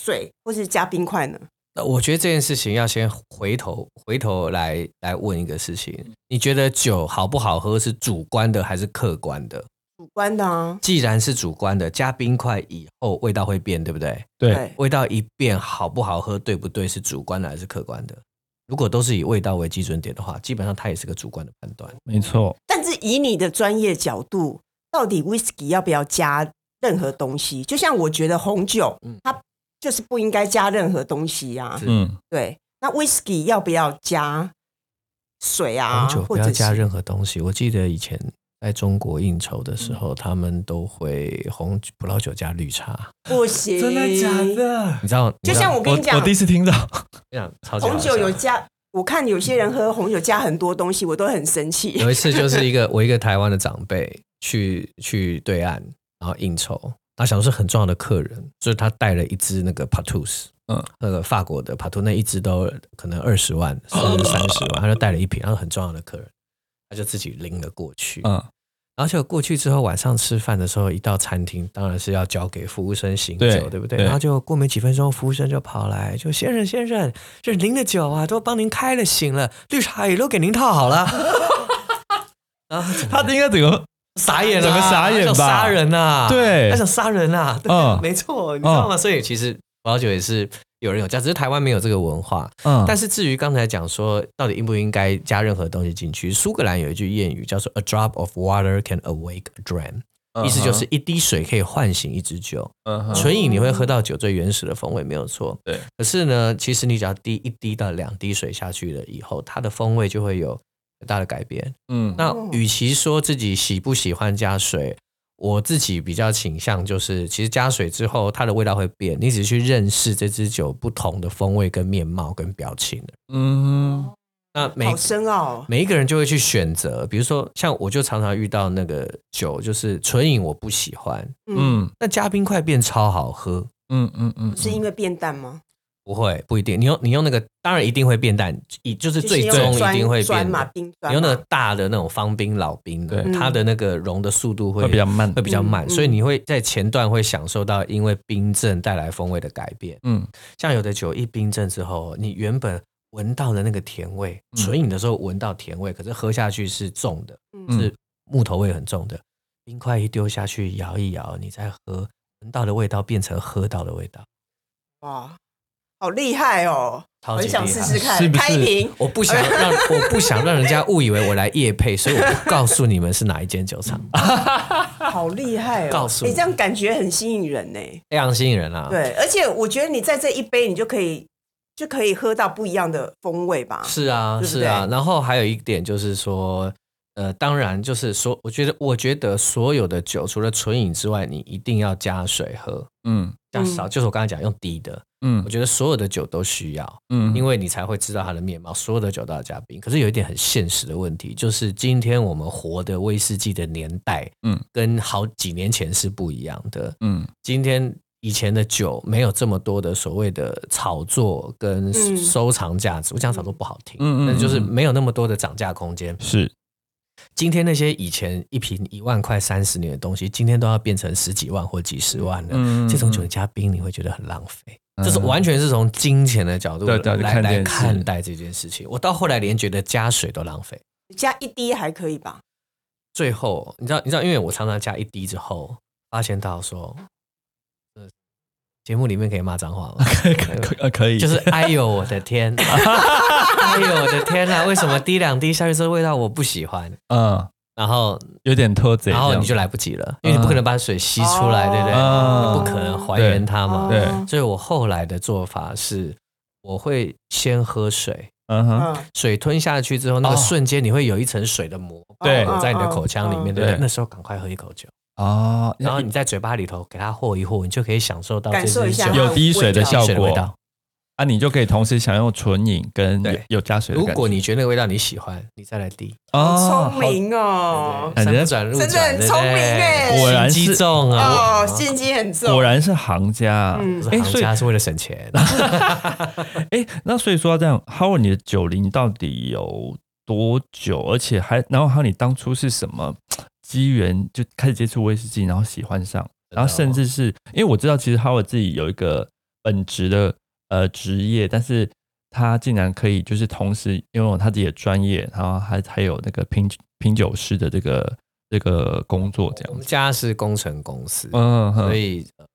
Speaker 4: 水或是加冰块呢？
Speaker 1: 那我觉得这件事情要先回头回头来来问一个事情：你觉得酒好不好喝是主观的还是客观的？
Speaker 4: 主观的啊，
Speaker 1: 既然是主观的，加冰块以后味道会变，对不对？
Speaker 3: 对
Speaker 4: 对，
Speaker 1: 味道一变，好不好喝，对不对？是主观的还是客观的？如果都是以味道为基准点的话，基本上它也是个主观的判断。
Speaker 3: 没错，
Speaker 4: 但是以你的专业角度，到底 whisky 要不要加任何东西？就像我觉得红酒，
Speaker 1: 嗯
Speaker 4: 它就是不应该加任何东西啊
Speaker 1: 是。
Speaker 3: 嗯，
Speaker 4: 对，那 whisky 要不要加水啊？
Speaker 1: 红酒不
Speaker 4: 或
Speaker 1: 要
Speaker 4: 者
Speaker 1: 加
Speaker 4: 是
Speaker 1: 任何东西。我记得以前在中国应酬的时
Speaker 4: 嗯
Speaker 1: 候，他们都会红葡萄酒加绿茶。
Speaker 4: 不行，
Speaker 3: 的？
Speaker 1: 你知道？
Speaker 4: 就像我跟你讲
Speaker 3: 我第一次听到，
Speaker 1: 这样，超级好
Speaker 4: 红酒有
Speaker 1: 笑
Speaker 4: 加，我看有些人喝红酒加很多东西，我都很生气。
Speaker 1: 有一次就是一个我一个台湾的长辈去去对岸，然后应酬，他想说是很重要的客人，所以他带了一只那个 Patus，嗯
Speaker 3: 嗯，
Speaker 1: 那个法国的 Patus 那一只都可能二十万甚至三十万，他就带了一瓶，然后很重要的客人，他就自己拎了过去，嗯，
Speaker 3: 嗯，
Speaker 1: 而且过去之后晚上吃饭的时候，一到餐厅当然是要交给服务生醒酒，
Speaker 3: 对
Speaker 1: 对不对？
Speaker 3: 对
Speaker 1: 然后就过没几分钟，服务生就跑来，就先生先生，这您的酒啊，都帮您开了醒了，绿茶也都给您泡好了。 啊，
Speaker 3: 他应该整个
Speaker 1: 傻眼了、
Speaker 3: 整
Speaker 1: 啊，
Speaker 3: 个傻眼
Speaker 1: 他想
Speaker 3: 吧
Speaker 1: 杀人呐、啊，
Speaker 3: 对
Speaker 1: 他想杀人呐、啊，对，
Speaker 3: 嗯
Speaker 1: 没错，你知道吗？所以其实葡萄酒也是有人有加，只是台湾没有这个文化。
Speaker 3: 嗯，
Speaker 1: 但是至于刚才讲说，到底应不应该加任何东西进去？苏格兰有一句谚语叫做 “A drop of water can awake a dream”，、意思就是一滴水可以唤醒一支酒。
Speaker 3: 嗯哼，
Speaker 1: 纯饮你会喝到酒最原始的风味，没有错。
Speaker 3: 对。
Speaker 1: 可是呢，其实你只要滴一滴到两滴水下去了以后，它的风味就会有很大的改变。
Speaker 3: 嗯，
Speaker 1: 那
Speaker 4: 哦
Speaker 1: 与其说自己喜不喜欢加水，我自己比较倾向就是，其实加水之后它的味道会变，你只去认识这支酒不同的风味、跟面貌、跟表情。
Speaker 3: 嗯哼，
Speaker 1: 那每
Speaker 4: 好深奥、哦，
Speaker 1: 每一个人就会去选择，比如说像我就常常遇到那个酒，就是纯饮我不喜欢，
Speaker 4: 嗯，
Speaker 3: 嗯
Speaker 1: 那加冰块变超好喝。
Speaker 3: 嗯嗯嗯，
Speaker 4: 是因为变淡吗？
Speaker 1: 不会，不一定。你用你用那个，当然一定会变淡，以就是
Speaker 4: 就是
Speaker 1: 最
Speaker 4: 用
Speaker 1: 终一
Speaker 4: 酸
Speaker 1: 定会
Speaker 4: 酸
Speaker 1: 变
Speaker 4: 嘛，
Speaker 1: 的。
Speaker 4: 冰
Speaker 1: 你
Speaker 4: 酸
Speaker 1: 用那
Speaker 4: 嘛
Speaker 1: 个大的那种方冰老冰的，
Speaker 3: 对
Speaker 1: 它的那个融的速度会
Speaker 3: 会比较慢
Speaker 1: 会，比较慢，
Speaker 4: 嗯嗯
Speaker 1: 所以你会在前段会享受到因为冰镇带来风味的改变。
Speaker 3: 嗯
Speaker 1: 像有的酒一冰镇之后，你原本闻到的那个甜味，
Speaker 3: 嗯
Speaker 1: 纯饮的时候闻到甜味，可是喝下去是重的，
Speaker 4: 嗯
Speaker 1: 是木头味很重的。冰块一丢下去，摇一摇，你再喝，闻到的味道变成喝到的味道，
Speaker 4: 哇，好厉害哦！
Speaker 1: 超级
Speaker 4: 很
Speaker 1: 厉害。
Speaker 4: 想试试看，
Speaker 3: 是不是
Speaker 4: 开 瓶。
Speaker 1: 我不想 让我不想让人家误以为我来夜配，所以我不告诉你们是哪一间酒厂，
Speaker 4: 嗯好厉害哦！
Speaker 1: 告诉我
Speaker 4: 你这样感觉很吸引人呢、
Speaker 1: 非常吸引人啊！，
Speaker 4: 对，而且我觉得你在这一杯，你就可以就可以喝到不一样的风味吧。
Speaker 1: 是啊，
Speaker 4: 对不
Speaker 1: 是
Speaker 4: 对
Speaker 1: 啊。然后还有一点就是说，呃，当然就是所，我觉得我觉得所有的酒除了纯饮之外，你一定要加水喝，
Speaker 3: 嗯
Speaker 1: 加
Speaker 4: 嗯
Speaker 1: 少，就是我刚才讲用低的，
Speaker 3: 嗯
Speaker 1: 我觉得所有的酒都需要。
Speaker 3: 嗯
Speaker 1: 因
Speaker 3: 为
Speaker 1: 为你才会知道它的面貌。所有的酒都要加冰，可是有一点很现实的问题，就是今天我们活的威士忌的年代，
Speaker 3: 嗯
Speaker 1: 嗯，跟好几年前是不一样的。
Speaker 3: 嗯
Speaker 1: 今天以前的酒没有这么多的所谓的炒作跟
Speaker 4: 嗯
Speaker 1: 收藏价值，我讲炒作不好听，
Speaker 3: 嗯嗯
Speaker 1: 嗯但是就是
Speaker 3: 嗯嗯
Speaker 1: 没有那么多的涨价空间。
Speaker 3: 是
Speaker 1: 今天那些以前一瓶一万块、三十年的东西，今天都要变成十几万或几十万了。
Speaker 3: 嗯
Speaker 1: 这种酒你加冰，你会觉得很浪费。
Speaker 3: 嗯
Speaker 1: 这是完全是从金钱的角度
Speaker 3: 对
Speaker 1: 来
Speaker 3: 对
Speaker 1: 来
Speaker 3: 看这件事
Speaker 1: 看待这件事情。我到后来连觉得加水都浪费。
Speaker 4: 加一滴还可以吧？
Speaker 1: 最后，你知道，你知道，因为我常常加一滴之后，发现到说，呃，节目里面可以骂脏话吗？
Speaker 3: 可呃可以
Speaker 1: 就是哎呦我的 天，哎呦我的天呐、为什么滴两滴下去这味道我不喜欢？
Speaker 3: 嗯
Speaker 1: 然后，
Speaker 3: 有点偷贼这
Speaker 1: 然
Speaker 3: 样，
Speaker 1: 后你就来不及了，因为你不可能把水吸出来，对不对？
Speaker 3: 哦
Speaker 1: 不可能还原它啊嘛。
Speaker 3: 对
Speaker 4: 哦
Speaker 1: 所以我后来的做法是，我会先喝水，
Speaker 3: 嗯哼
Speaker 4: 嗯，
Speaker 1: 水吞下去之后，那个
Speaker 3: 哦
Speaker 1: 瞬间你会有一层水的膜
Speaker 3: 对哦
Speaker 1: 裹在你的口腔里面，
Speaker 4: 嗯
Speaker 1: 对不对
Speaker 3: 对？
Speaker 1: 那时候赶快喝一口酒，
Speaker 3: 哦，
Speaker 1: 然后你在嘴巴里头给它和一和，你就可以享受到
Speaker 4: 感受一下
Speaker 1: 这支酒
Speaker 3: 有滴水的效
Speaker 1: 水的味
Speaker 3: 果
Speaker 1: 道。
Speaker 3: 啊，你就可以同时享用纯饮跟有
Speaker 1: 对
Speaker 3: 有加水的
Speaker 1: 如
Speaker 3: 感觉。
Speaker 1: 果你觉得那个味道你喜欢，你再来滴。
Speaker 3: 哦
Speaker 4: 好聪，明哦，
Speaker 3: 感
Speaker 1: 三
Speaker 3: 觉
Speaker 1: 不转路转，
Speaker 4: 真的
Speaker 1: 对
Speaker 4: 很
Speaker 1: 不对
Speaker 4: 聪明耶
Speaker 3: 哎果然是
Speaker 1: 心机重啊！
Speaker 4: 哦，心机很
Speaker 3: 好果
Speaker 4: 重。
Speaker 3: 然是行家啊。
Speaker 4: 嗯
Speaker 1: 哎，行
Speaker 3: 所以
Speaker 1: 家是为了省钱。
Speaker 3: 哎，那所以说这样，Howard，你的酒龄到底有多久？而且还，然后还有你当初是什么机缘就开始接触威士忌，然后喜欢上，然后甚至是因为我知道，其实 Howard 自己有一个本职的呃职业，但是他竟然可以就是同时拥有他自己的专业，然后还还有那个品品酒师的这个这个工作这
Speaker 1: 我
Speaker 3: 样
Speaker 1: 们
Speaker 3: 子。
Speaker 1: 家是工程公司，
Speaker 3: 嗯，哼
Speaker 1: 所以呃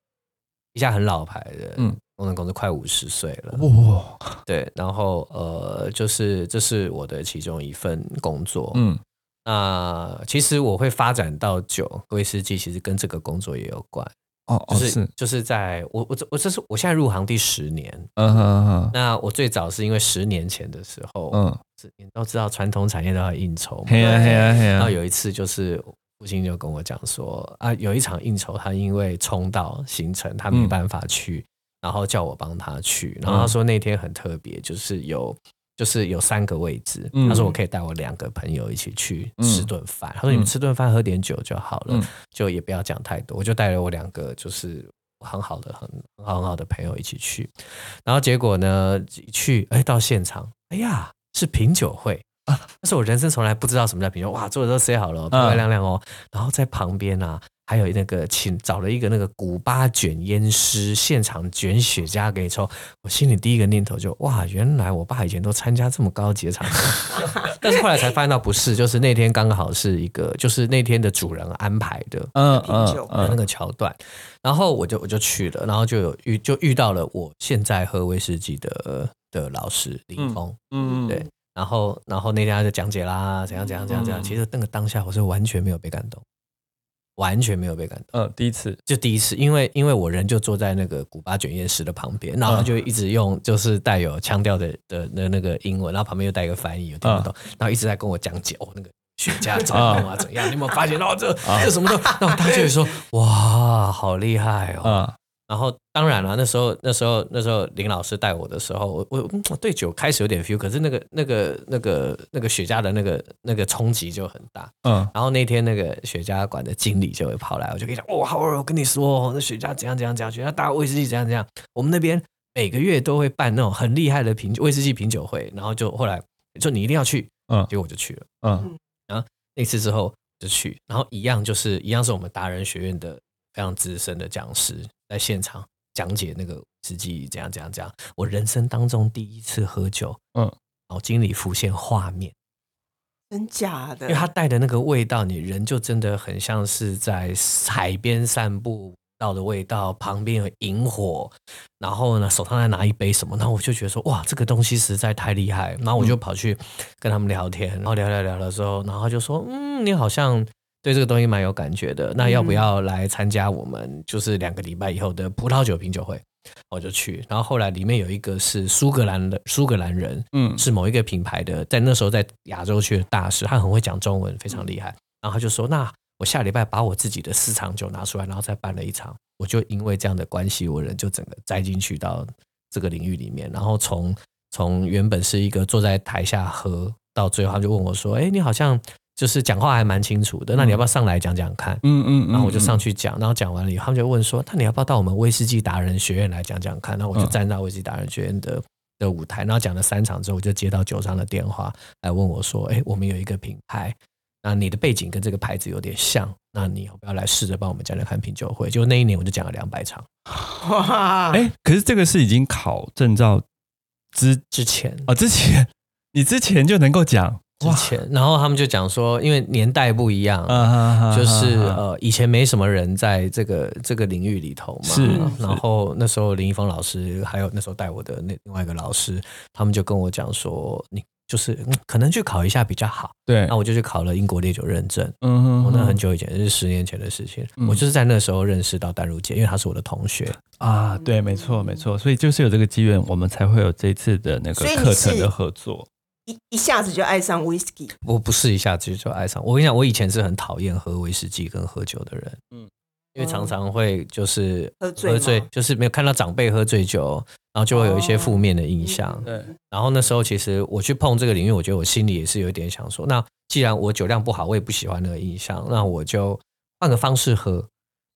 Speaker 1: 一家很老牌的，
Speaker 3: 嗯
Speaker 1: 嗯，工程公司快五十岁了，
Speaker 3: 哇，
Speaker 1: 对，然后呃，就是这是我的其中一份工作，嗯，
Speaker 3: 嗯
Speaker 1: 那其实我会发展到酒威士忌，其实跟这个工作也有关，
Speaker 3: 哦哦
Speaker 1: 就是、
Speaker 3: 是，
Speaker 1: 就是在我我这我这是我现在入行第十年，
Speaker 3: 嗯哼哼，
Speaker 1: 那我最早是因为十年前的时候，嗯，
Speaker 3: 嗯，
Speaker 1: 你都知道传统产业都要应酬嘛，
Speaker 3: 嘿呀嘿呀嘿
Speaker 1: 然后
Speaker 3: 呀，
Speaker 1: 有一次就是我父亲就跟我讲说啊，有一场应酬，他因为冲到行程，他没办法去，然后叫我帮他去。然后他说那天很特别，就是有就是有三个位置，
Speaker 3: 嗯
Speaker 1: 他说我可以带我两个朋友一起去
Speaker 3: 嗯
Speaker 1: 吃顿饭。他说你们吃顿饭喝点酒就好了，
Speaker 3: 嗯
Speaker 1: 就也不要讲太多。我就带了我两个就是。很好的，很很好很好的朋友一起去，然后结果呢，一去哎到现场，哎呀是品酒会，啊但是我人生从来不知道什么叫品酒，哇，做的都塞好了哦，漂漂亮亮哦。然后在旁边啊，还有那个请找了一个那个古巴卷烟师，现场卷雪茄给你抽。我心里第一个念头就哇，原来我爸以前都参加这么高级的场 合，但是后来才发现到不是，就是那天刚好是一个，就是那天的主人安排的。
Speaker 3: 嗯
Speaker 4: 品酒
Speaker 1: 那个桥段，然后我就我就去了，然后就有遇就遇到了我现在喝威士忌的的老师林峰，
Speaker 3: 嗯
Speaker 1: 对，然后然后那天他就讲解啦，怎样怎样怎样怎样。
Speaker 3: 嗯
Speaker 1: 其实那个当下我是完全没有被感动，完全没有被感动。
Speaker 3: 嗯，第一次，
Speaker 1: 就第一次，因为因为我人就坐在那个古巴卷烟师的旁边，然后他就一直用就是带有腔调的的那那个英文，然后旁边又带一个翻译，我听不懂，然后一直在跟我讲解哦那个。雪茄怎样啊？怎样？你有没有发现到这这什么的？然后他就会说：“哇，好厉害哦！”
Speaker 3: 啊，
Speaker 1: 然后当然了，那时候那时候那时候林老师带我的时候，我我嗯我对酒开始有点 feel，可是那个那个那个那个雪茄的那个那个冲击就很大。
Speaker 3: 嗯
Speaker 1: 然后那天那个雪茄馆的经理就会跑来，我就跟你讲，哇，好，我跟你说，哦那雪茄怎样怎样怎样，雪茄大威士忌怎样怎样，我们那边每个月都会办那种很厉害的品威士忌品酒会，然后就后来就你一定要去，
Speaker 3: 嗯
Speaker 1: 结果我就去了。
Speaker 3: 嗯
Speaker 1: 那次之后就去，然后一样就是一样是我们达人学院的非常资深的讲师在现场讲解那个实际怎样怎样怎样。我人生当中第一次喝酒，
Speaker 3: 嗯
Speaker 1: 嗯，脑筋里浮现画面，
Speaker 4: 真假的？
Speaker 1: 因为它带的那个味道，你人就真的很像是在海边散步。到的味道，旁边有萤火，然后呢，手上再拿一杯什么，然后我就觉得说，哇，这个东西实在太厉害，然后我就跑去跟他们聊天，然后聊聊聊了之后，然后他就说，嗯，你好像对这个东西蛮有感觉的，那要不要来参加我们就是两个礼拜以后的葡萄酒品酒会？我就去。然后后来里面有一个是苏格兰的苏格兰人，
Speaker 3: 嗯
Speaker 1: 是某一个品牌的，在那时候在亚洲区的大使，他很会讲中文，非常厉害。然后他就说：“那我下礼拜把我自己的私藏酒拿出来，然后再办了一场。”我就因为这样的关系，我人就整个栽进去到这个领域里面。然后从从原本是一个坐在台下喝，到最后他就问我说：“哎，你好像就是讲话还蛮清楚的，那你要不要上来讲讲看？”
Speaker 3: 嗯嗯，
Speaker 1: 然后我就上
Speaker 3: 去，
Speaker 1: 去讲，然后讲完了以后，他们就问说：“那你要不要到我们威士忌达人学院来讲讲看？”然后我就
Speaker 3: 嗯
Speaker 1: 站到威士忌达人学院的的舞台，然后讲了三场之后，我就接到酒商的电话来问我说：“哎，我们有一个品牌，那你的背景跟这个牌子有点像，那你要不要来试着帮我们讲讲看品酒会？”就那一年我就讲了两百场，
Speaker 4: 哇，
Speaker 3: 哎，可是这个是已经考证照之
Speaker 1: 之前
Speaker 3: 啊之前，你之前就能够讲
Speaker 1: 之前，然后他们就讲说，因为年代不一样，
Speaker 3: 啊
Speaker 1: 就是呃，以前没什么人在这个这个领域里头嘛。
Speaker 3: 是
Speaker 1: 然后那时候林一峰老师，还有那时候带我的那另外一个老师，他们就跟我讲说，你就是、嗯可能去考一下比较好。
Speaker 3: 对，
Speaker 1: 那我就去考了英国烈酒认证。
Speaker 3: 嗯哼
Speaker 1: 我、
Speaker 3: 哼
Speaker 1: 那很久以前，是十年前的事情。
Speaker 3: 嗯
Speaker 1: 我就是在那时候认识到丹如姐，因为她是我的同学。
Speaker 3: 啊，对，没错没错，所以就是有这个机缘，我们才会有这次的那个
Speaker 4: 所以你
Speaker 3: 课程
Speaker 4: 是
Speaker 3: 的合作。
Speaker 4: 一一下子就爱上 whisky，
Speaker 1: 我不是一下子就爱上。我跟你讲，我以前是很讨厌喝威士忌跟喝酒的人，嗯
Speaker 3: 嗯，
Speaker 1: 因为常常会就是
Speaker 4: 喝醉
Speaker 1: 喝醉
Speaker 4: 吗
Speaker 1: 就是没有看到长辈喝醉酒，然后就会有一些负面的影响。
Speaker 4: 哦
Speaker 3: 对，
Speaker 1: 然后那时候其实我去碰这个领域，我觉得我心里也是有一点想说，那既然我酒量不好，我也不喜欢那个印象，那我就换个方式喝。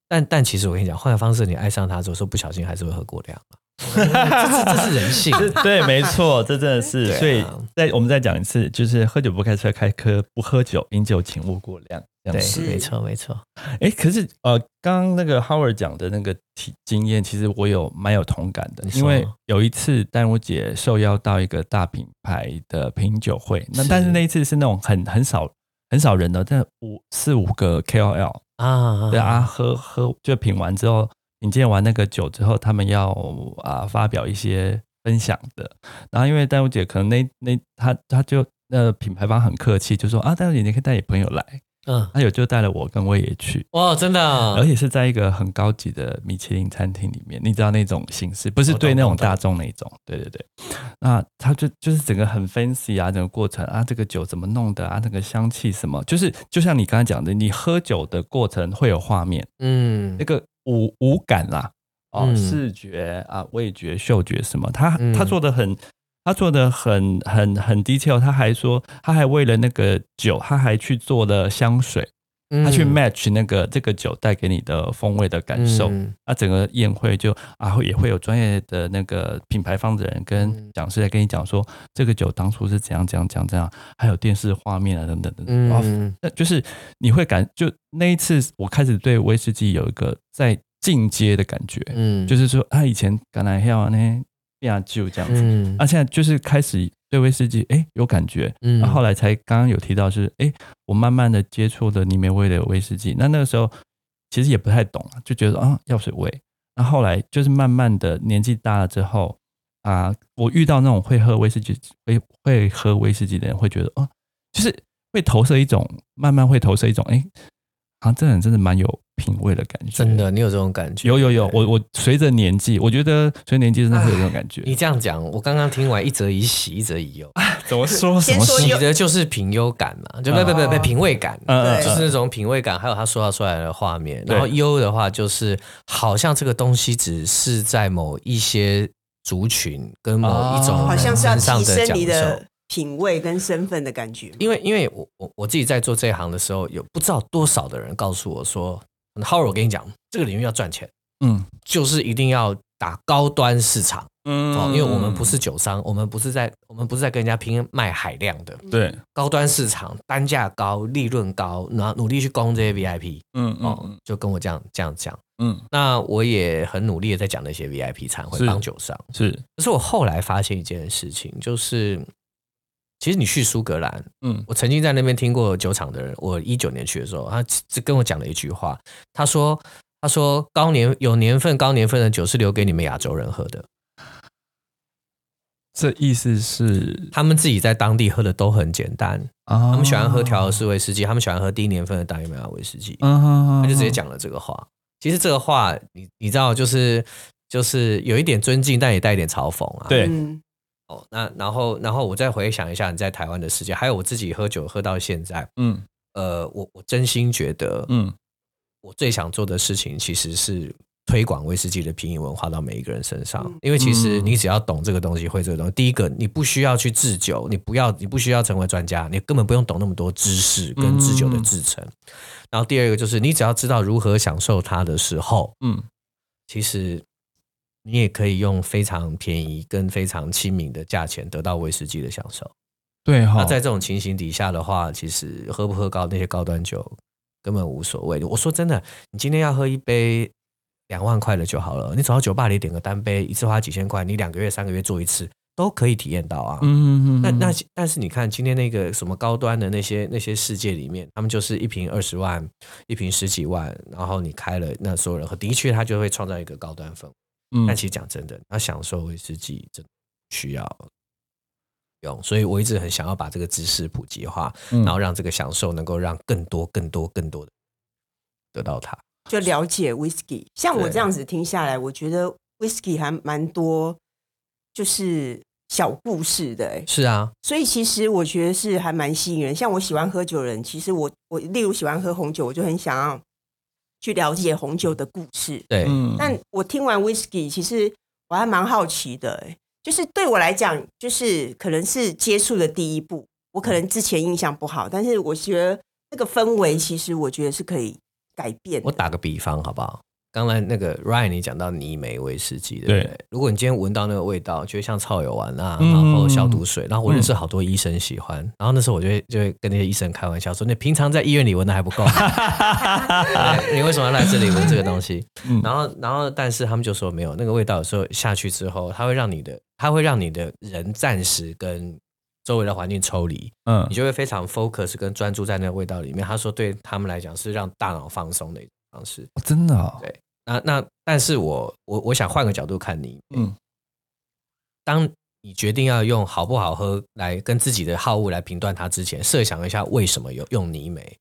Speaker 1: 但但其实我跟你讲，换个方式，你爱上它之后，说不小心还是会喝过量、啊、 这是这是人性。
Speaker 3: 这对，没错，这真的是
Speaker 1: 对。啊
Speaker 3: 所以再我们再讲一次，就是喝酒不开车，开车不喝酒，饮酒请勿过量。这样
Speaker 1: 对
Speaker 3: 子，
Speaker 4: 是
Speaker 1: 没错没错。
Speaker 3: 哎，可是呃，刚刚那个 Howard 讲的那个体经验，其实我有蛮有同感的
Speaker 1: 你，说
Speaker 3: 因为有一次丹如姐受邀到一个大品牌的品酒会，那
Speaker 1: 是
Speaker 3: 但是那一次是那种很很少很少人的，但五四五个 KOL，
Speaker 1: 啊，
Speaker 3: 对啊，喝喝就品完之后，品鉴完那个酒之后，他们要啊、发表一些分享的。然后因为丹如姐可能那那她她就那品牌方很客气，就说啊，丹如姐你可以带你朋友来，
Speaker 1: 嗯，
Speaker 3: 她有就带了我跟魏也去。
Speaker 1: 哇，真的啊、
Speaker 3: 而且是在一个很高级的米其林餐厅里面，你知道那种形式，不是
Speaker 1: 我哦懂
Speaker 3: 对那种
Speaker 1: 我懂
Speaker 3: 大众那一种，对对对。那他就就是整个很 fancy 啊，整个过程啊，这个酒怎么弄的啊，那个香气什么，就是就像你刚才讲的，你喝酒的过程会有画面，
Speaker 1: 嗯
Speaker 3: 那，个五五感啦，哦，
Speaker 1: 嗯
Speaker 3: 视觉啊、味觉、嗅觉什么，他
Speaker 1: 嗯
Speaker 3: 他做的很，他做的很很很 detail，他还说他还为了那个酒，他还去做了香水，他去
Speaker 1: 卖
Speaker 3: match 那个这个酒带给你的风味的感受。
Speaker 1: 嗯
Speaker 3: 那整个宴会就啊会也会有专业的那个品牌方的人
Speaker 1: 嗯
Speaker 3: 跟讲师来跟你讲说，这个酒当初是怎样怎样怎样怎样，还有电视画面啊等等等等。哇
Speaker 1: 嗯，
Speaker 3: 那就是你会感就那一次，我开始对威士忌有一个在进阶的感觉，
Speaker 1: 嗯，
Speaker 3: 就是是说他、啊、以前橄榄要呢变酒这样子，
Speaker 1: 嗯
Speaker 3: 啊，现在就是开始对威士忌哎、有感觉，
Speaker 1: 嗯
Speaker 3: 然后后来才刚刚有提到是哎、我慢慢的接触了泥煤味的威士忌，那那个时候其实也不太懂，就觉得啊药水味，那后来就是慢慢的年纪大了之后啊，我遇到那种会喝威士忌会会喝威士忌的人，会觉得哦、就是会投射一种慢慢会投射一种哎、好像这人真的蛮有品味的感觉，
Speaker 1: 真的，你有这种感觉？
Speaker 3: 有有有，我我随着年纪，我觉得随着年纪真的会有这种感觉。
Speaker 1: 啊你这样讲，我刚刚听完一则以喜，一则以忧。
Speaker 3: 怎么说
Speaker 4: 先说
Speaker 1: 喜
Speaker 4: 有
Speaker 1: 的就是品优感嘛，就不
Speaker 3: 嗯
Speaker 1: 不不不品味感，
Speaker 3: 嗯
Speaker 4: 对
Speaker 1: 就是那种品味感，还有他塑造出来的画面。
Speaker 3: 对
Speaker 1: 然后忧的话，就是好像这个东西只是在某一些族群跟某一种
Speaker 3: 哦
Speaker 4: 好像
Speaker 1: 人
Speaker 4: 是要
Speaker 1: 身上
Speaker 4: 提
Speaker 1: 的
Speaker 4: 升
Speaker 1: 享
Speaker 4: 你
Speaker 1: 受。
Speaker 4: 的品味跟身份的感觉。
Speaker 1: 因为因为我我我自己在做这一行的时候，有不知道多少的人告诉我说，Howard，我跟你讲，这个领域要赚钱，
Speaker 3: 嗯
Speaker 1: 就是一定要打高端市场。
Speaker 3: 嗯
Speaker 1: 哦，因为我们不是酒商，我们不是在我们不是在跟人家拼卖海量的
Speaker 3: 对，
Speaker 1: 高端市场，单价高，利润高，然后努力去攻这些 VIP
Speaker 3: 嗯
Speaker 1: 哦，就跟我这样这样讲。
Speaker 3: 嗯
Speaker 1: 那我也很努力的在讲那些 VIP 餐会
Speaker 3: 是
Speaker 1: 帮酒商，
Speaker 3: 是
Speaker 1: 可是我后来发现一件事情，就是其实你去苏格兰，
Speaker 3: 嗯
Speaker 1: 我曾经在那边听过酒厂的人，我一九年去的时候，他只跟我讲了一句话，他说他说高年有年份高年份的酒是留给你们亚洲人喝的。
Speaker 3: 这意思是
Speaker 1: 他们自己在当地喝的都很简单，
Speaker 3: 啊
Speaker 1: 他们喜欢喝调和式威士忌，他们喜欢喝低年份的大原麦芽威士忌，
Speaker 3: 嗯，
Speaker 1: 他就直接讲了这个话。其实这个话，你你知道，就是就是有一点尊敬，但也带一点嘲讽啊。
Speaker 3: 对
Speaker 4: 嗯，
Speaker 1: 哦，那然后然后我再回想一下你在台湾的时间，还有我自己喝酒喝到现在，
Speaker 3: 嗯
Speaker 1: 呃，我我真心觉得，
Speaker 3: 嗯，
Speaker 1: 我最想做的事情其实是推广威士忌的品饮文化到每一个人身上
Speaker 4: 嗯，
Speaker 1: 因为其实
Speaker 3: 嗯
Speaker 1: 你只要懂这个东西，会这个东西，第一个你不需要去制酒，你不要你不需要成为专家，你根本不用懂那么多知识跟制酒的制成。然后第二个就是你只要知道如何享受它的时候，
Speaker 3: 嗯，
Speaker 1: 其实。你也可以用非常便宜跟非常亲民的价钱得到威士忌的享受。
Speaker 3: 对
Speaker 1: 那
Speaker 3: 哈，
Speaker 1: 在这种情形底下的话，其实喝不喝高那些高端酒根本无所谓。我说真的，你今天要喝一杯两万块的酒好了，你走到酒吧里点个单杯，一次花几千块，你两个月、三个月做一次都可以体验到啊。
Speaker 3: 嗯嗯嗯，
Speaker 1: 那那
Speaker 3: 嗯
Speaker 1: 但是你看今天那个什么高端的那些那些世界里面，他们就是一瓶二十万，一瓶十几万，然后你开了，那所有人喝，的确他就会创造一个高端氛围。
Speaker 3: 嗯
Speaker 1: 但其实讲真的，要享受威士忌真的需要用，所以我一直很想要把这个知识普及化，
Speaker 3: 嗯
Speaker 1: 然后让这个享受能够让更多、更多、更多的得到它。
Speaker 4: 就了解 whisky。像我
Speaker 1: 对
Speaker 4: 这样子听下来，我觉得 whisky 还蛮多，就是小故事的、欸。
Speaker 1: 是啊，
Speaker 4: 所以其实我觉得是还蛮吸引人。像我喜欢喝酒的人，其实我我例如喜欢喝红酒，我就很想要去了解红酒的故事。
Speaker 1: 对，
Speaker 3: 嗯
Speaker 4: 但我听完 whisky，其实我还蛮好奇的、欸，就是对我来讲，就是可能是接触的第一步。我可能之前印象不好，但是我觉得那个氛围，其实我觉得是可以改变的。
Speaker 1: 我打个比方好不好？刚才那个 Ryan 你讲到泥煤威士忌，对不
Speaker 3: 对
Speaker 1: 对？如果你今天闻到那个味道，就会像草油丸啊，
Speaker 3: 嗯
Speaker 1: 然后消毒水，然后我认识好多医生喜欢，然后那时候我就会就会跟那些医生开玩笑说，你平常在医院里闻的还不 够吗，对你为什么要来这里闻这个东西？
Speaker 3: 嗯
Speaker 1: 然后，然后，但是他们就说没有那个味道，有时候下去之后，它会让你的，它会让你的人暂时跟周围的环境抽离，
Speaker 3: 嗯
Speaker 1: 你就会非常 focus 跟专注在那个味道里面。他说，对他们来讲是让大脑放松的一种方式。
Speaker 3: 哦真的哦
Speaker 1: 对那那，但是我我我想换个角度看你，
Speaker 3: 嗯
Speaker 1: 当你决定要用好不好喝来跟自己的好恶来评断它之前，设想一下为什么有用泥煤。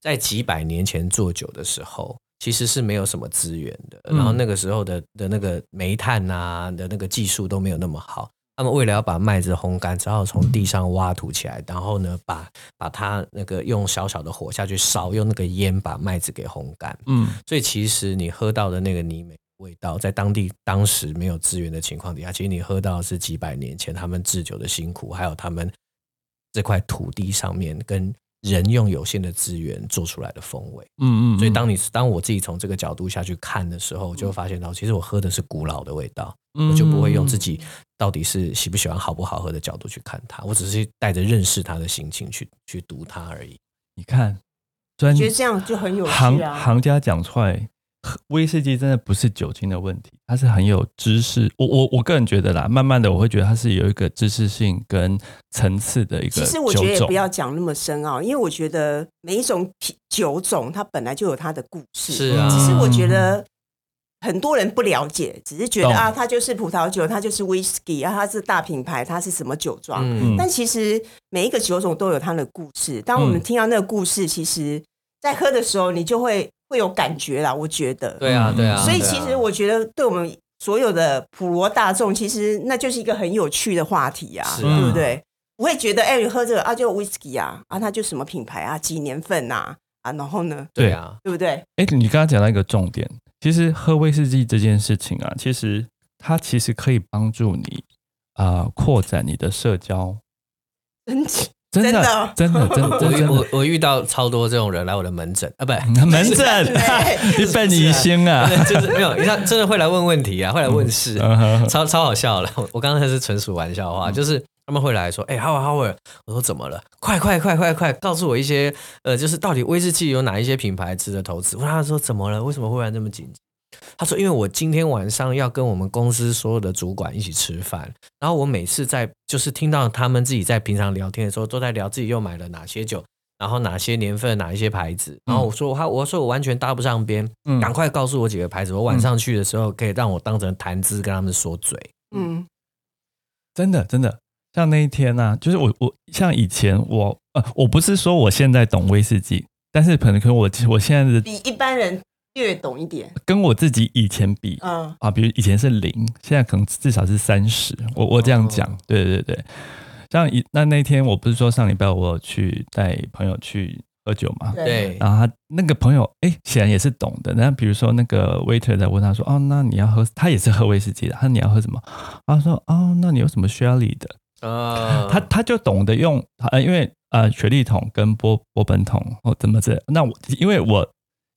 Speaker 1: 在几百年前做酒的时候，其实是没有什么资源的，
Speaker 3: 嗯
Speaker 1: 然后那个时候的的那个煤炭啊的那个技术都没有那么好。他们为了要把麦子烘干，只好从地上挖土起来，然后呢，把把它那个用小小的火下去烧，用那个烟把麦子给烘干。
Speaker 3: 嗯
Speaker 1: 所以其实你喝到的那个泥煤味道，在当地当时没有资源的情况底下，其实你喝到的是几百年前他们制酒的辛苦，还有他们这块土地上面跟人用有限的资源做出来的风味。
Speaker 3: 嗯嗯，
Speaker 1: 所以当你当我自己从这个角度下去看的时候，我就会发现到，其实我喝的是古老的味道，
Speaker 3: 嗯
Speaker 1: 我就不会用自己到底是喜不喜欢、好不好喝的角度去看它，我只是带着认识它的心情去去读它而已。
Speaker 3: 你看专
Speaker 4: 觉得这样就很有
Speaker 3: 行
Speaker 4: 趣啊。
Speaker 3: 行家讲出来，喝威士忌真的不是酒精的问题，它是很有知识。我我我个人觉得啦，慢慢的我会觉得它是有一个知识性跟层次的一个
Speaker 4: 其
Speaker 3: 酒种。
Speaker 4: 实我觉得也不要讲那么深奥，因为我觉得每一种品酒种它本来就有它的故事。
Speaker 1: 是啊
Speaker 4: 只是我觉得很多人不了解，只是觉得
Speaker 3: 懂
Speaker 4: 啊，它就是葡萄酒，它就是 whisky，啊，它是大品牌，它是什么酒庄。
Speaker 1: 嗯
Speaker 4: 但其实每一个酒种都有它的故事。当我们
Speaker 3: 嗯
Speaker 4: 听到那个故事，其实在喝的时候，你就会会有感觉啦。我觉得，
Speaker 1: 对啊，对啊。
Speaker 4: 所以
Speaker 1: 对啊
Speaker 4: 其实我觉得，对我们所有的普罗大众，其实那就是一个很有趣的话题啊，
Speaker 1: 是啊
Speaker 4: 对不对？不会觉得，哎、你喝这个啊，就 whisky 啊，啊，它就什么品牌啊，几年份呐、啊，啊，然后呢，
Speaker 1: 对啊，
Speaker 4: 对不对？
Speaker 3: 哎、你刚刚讲到一个重点，其实喝威士忌这件事情啊，其实它其实可以帮助你啊、扩展你的社交，
Speaker 4: 真的
Speaker 3: 真的哦真
Speaker 4: 真
Speaker 3: 的
Speaker 4: 的
Speaker 3: 真 的
Speaker 1: 我
Speaker 3: 真
Speaker 1: 遇我
Speaker 3: 的。
Speaker 1: 我遇到超多这种人来我的门诊啊，不，
Speaker 3: 门诊
Speaker 4: 真的，
Speaker 3: 你本你 心啊，
Speaker 1: 就是没有，你看真的会来问问题啊，会来问事，超超好笑了。 我我刚才是纯属玩笑话，就是他们会来说，哎、h o w a r d Howard，我说怎么了？快快快快快，告诉我一些呃，就是到底威士忌有哪一些品牌值得投资？我问他说怎么了？为什么忽然这么紧急？他说：“因为我今天晚上要跟我们公司所有的主管一起吃饭，然后我每次在就是听到他们自己在平常聊天的时候，都在聊自己又买了哪些酒，然后哪些年份、哪一些牌子。然后我说他，我说我完全搭不上边，
Speaker 3: 嗯
Speaker 1: 赶快告诉我几个牌子，我晚上去的时候可以让我当成谈资跟他们说嘴。
Speaker 4: 嗯，
Speaker 3: 真的真的，像那一天呢、啊，就是我我像以前我呃，我不是说我现在懂威士忌，但是可能可能我我现在的
Speaker 4: 比一般人略懂一点。
Speaker 3: 跟我自己以前比
Speaker 4: 嗯，
Speaker 3: 啊，比如以前是零，现在可能至少是三十。我我这样讲，
Speaker 1: 哦
Speaker 3: 对对对。像一那那天我不是说上礼拜我有去带朋友去喝酒嘛，
Speaker 1: 对，
Speaker 3: 然后他那个朋友哎，显然也是懂的。那比如说那个 waiter 在问他说：“哦，那你要喝？”他也是喝威士忌的。他说：“你要喝什么？”他说：“哦，那你有什么需要理的？”
Speaker 1: 啊
Speaker 3: 他他就懂得用，呃，因为呃，雪莉桶跟波波本桶哦，怎么这？那我因为我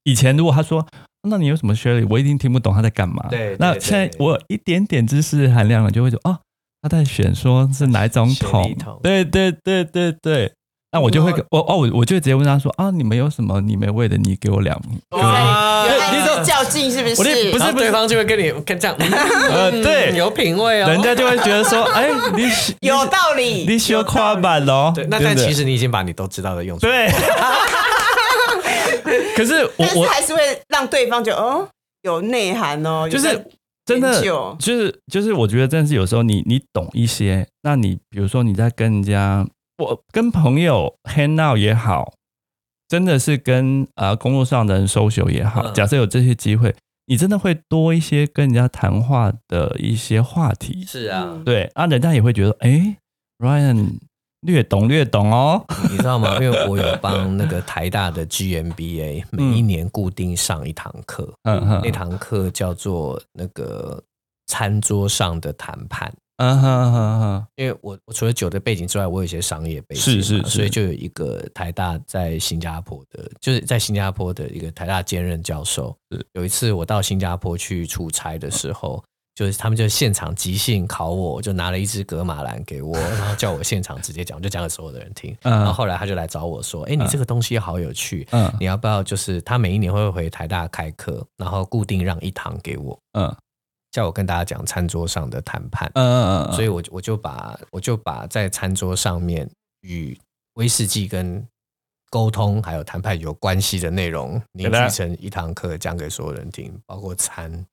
Speaker 3: 以前如果他说，那你有什么学历，我一定听不懂他在干嘛。
Speaker 1: 对对
Speaker 3: 那
Speaker 1: 对
Speaker 3: 现在我有一点点知识含量了，就会说哦，他在选说是哪一种
Speaker 1: 雪
Speaker 3: 桶
Speaker 1: 莉桶？
Speaker 3: 对对对对对。那我就会跟我哦，我我就直接问他说啊，你们有什么你没喂的，你给我两瓶。哦
Speaker 1: 哇
Speaker 4: 原来
Speaker 1: 你
Speaker 4: 是
Speaker 1: 怎
Speaker 4: 较劲是不是？
Speaker 3: 我的不是
Speaker 1: 然后对方就会跟你跟这样， 呃
Speaker 3: 对
Speaker 1: 有品味哦，
Speaker 3: 人家就会觉得说，哎，你是
Speaker 4: 有道理，
Speaker 3: 你需要夸板喽。
Speaker 1: 对，那
Speaker 3: 对
Speaker 1: 但
Speaker 3: 不对
Speaker 1: 其实你已经把你都知道的用出来，
Speaker 3: 对。 可是我
Speaker 4: 但是
Speaker 3: 我
Speaker 4: 还是会让对方觉得哦有内涵哦，有
Speaker 3: 就是
Speaker 4: 在
Speaker 3: 真的
Speaker 4: 研究
Speaker 3: 就是就是，我觉得真的是有时候你你懂一些，那你比如说你在跟人家，我跟朋友 hang out 也好，真的是跟呃工作上的人 social 也好，
Speaker 1: 嗯
Speaker 3: 假设有这些机会，你真的会多一些跟人家谈话的一些话题，
Speaker 1: 是啊，
Speaker 3: 对，啊，人家也会觉得，哎，Ryan 略懂略懂哦，
Speaker 1: 你知道吗？因为我有帮那个台大的 GMBA 每一年固定上一堂课，
Speaker 3: 嗯哼
Speaker 1: 那堂课叫做那个餐桌上的谈判。
Speaker 3: 嗯哼哼哼，
Speaker 1: 因为我我除了酒的背景之外，我有一些商业背景
Speaker 3: 是
Speaker 1: 嘛，
Speaker 3: 是是
Speaker 1: 所以就有一个台大在新加坡的，就是在新加坡的一个台大兼任教授。有一次我到新加坡去出差的时候，就是他们就现场即兴考我，就拿了一支格马兰给我，然后叫我现场直接讲，我就讲给所有的人 听。
Speaker 3: 嗯
Speaker 1: 然后后来他就来找我说：“哎，你这个东西好有趣，
Speaker 3: 嗯
Speaker 1: 你要不要？就是他每一年会回台大开课，然后固定让一堂给我，
Speaker 3: 嗯
Speaker 1: 叫我跟大家讲餐桌上的谈判。”
Speaker 3: 嗯嗯嗯，
Speaker 1: 所以我就我就把我就把在餐桌上面与威士忌跟沟通还有谈判有关系的内容凝聚成一堂课，讲给所有人听，包括餐，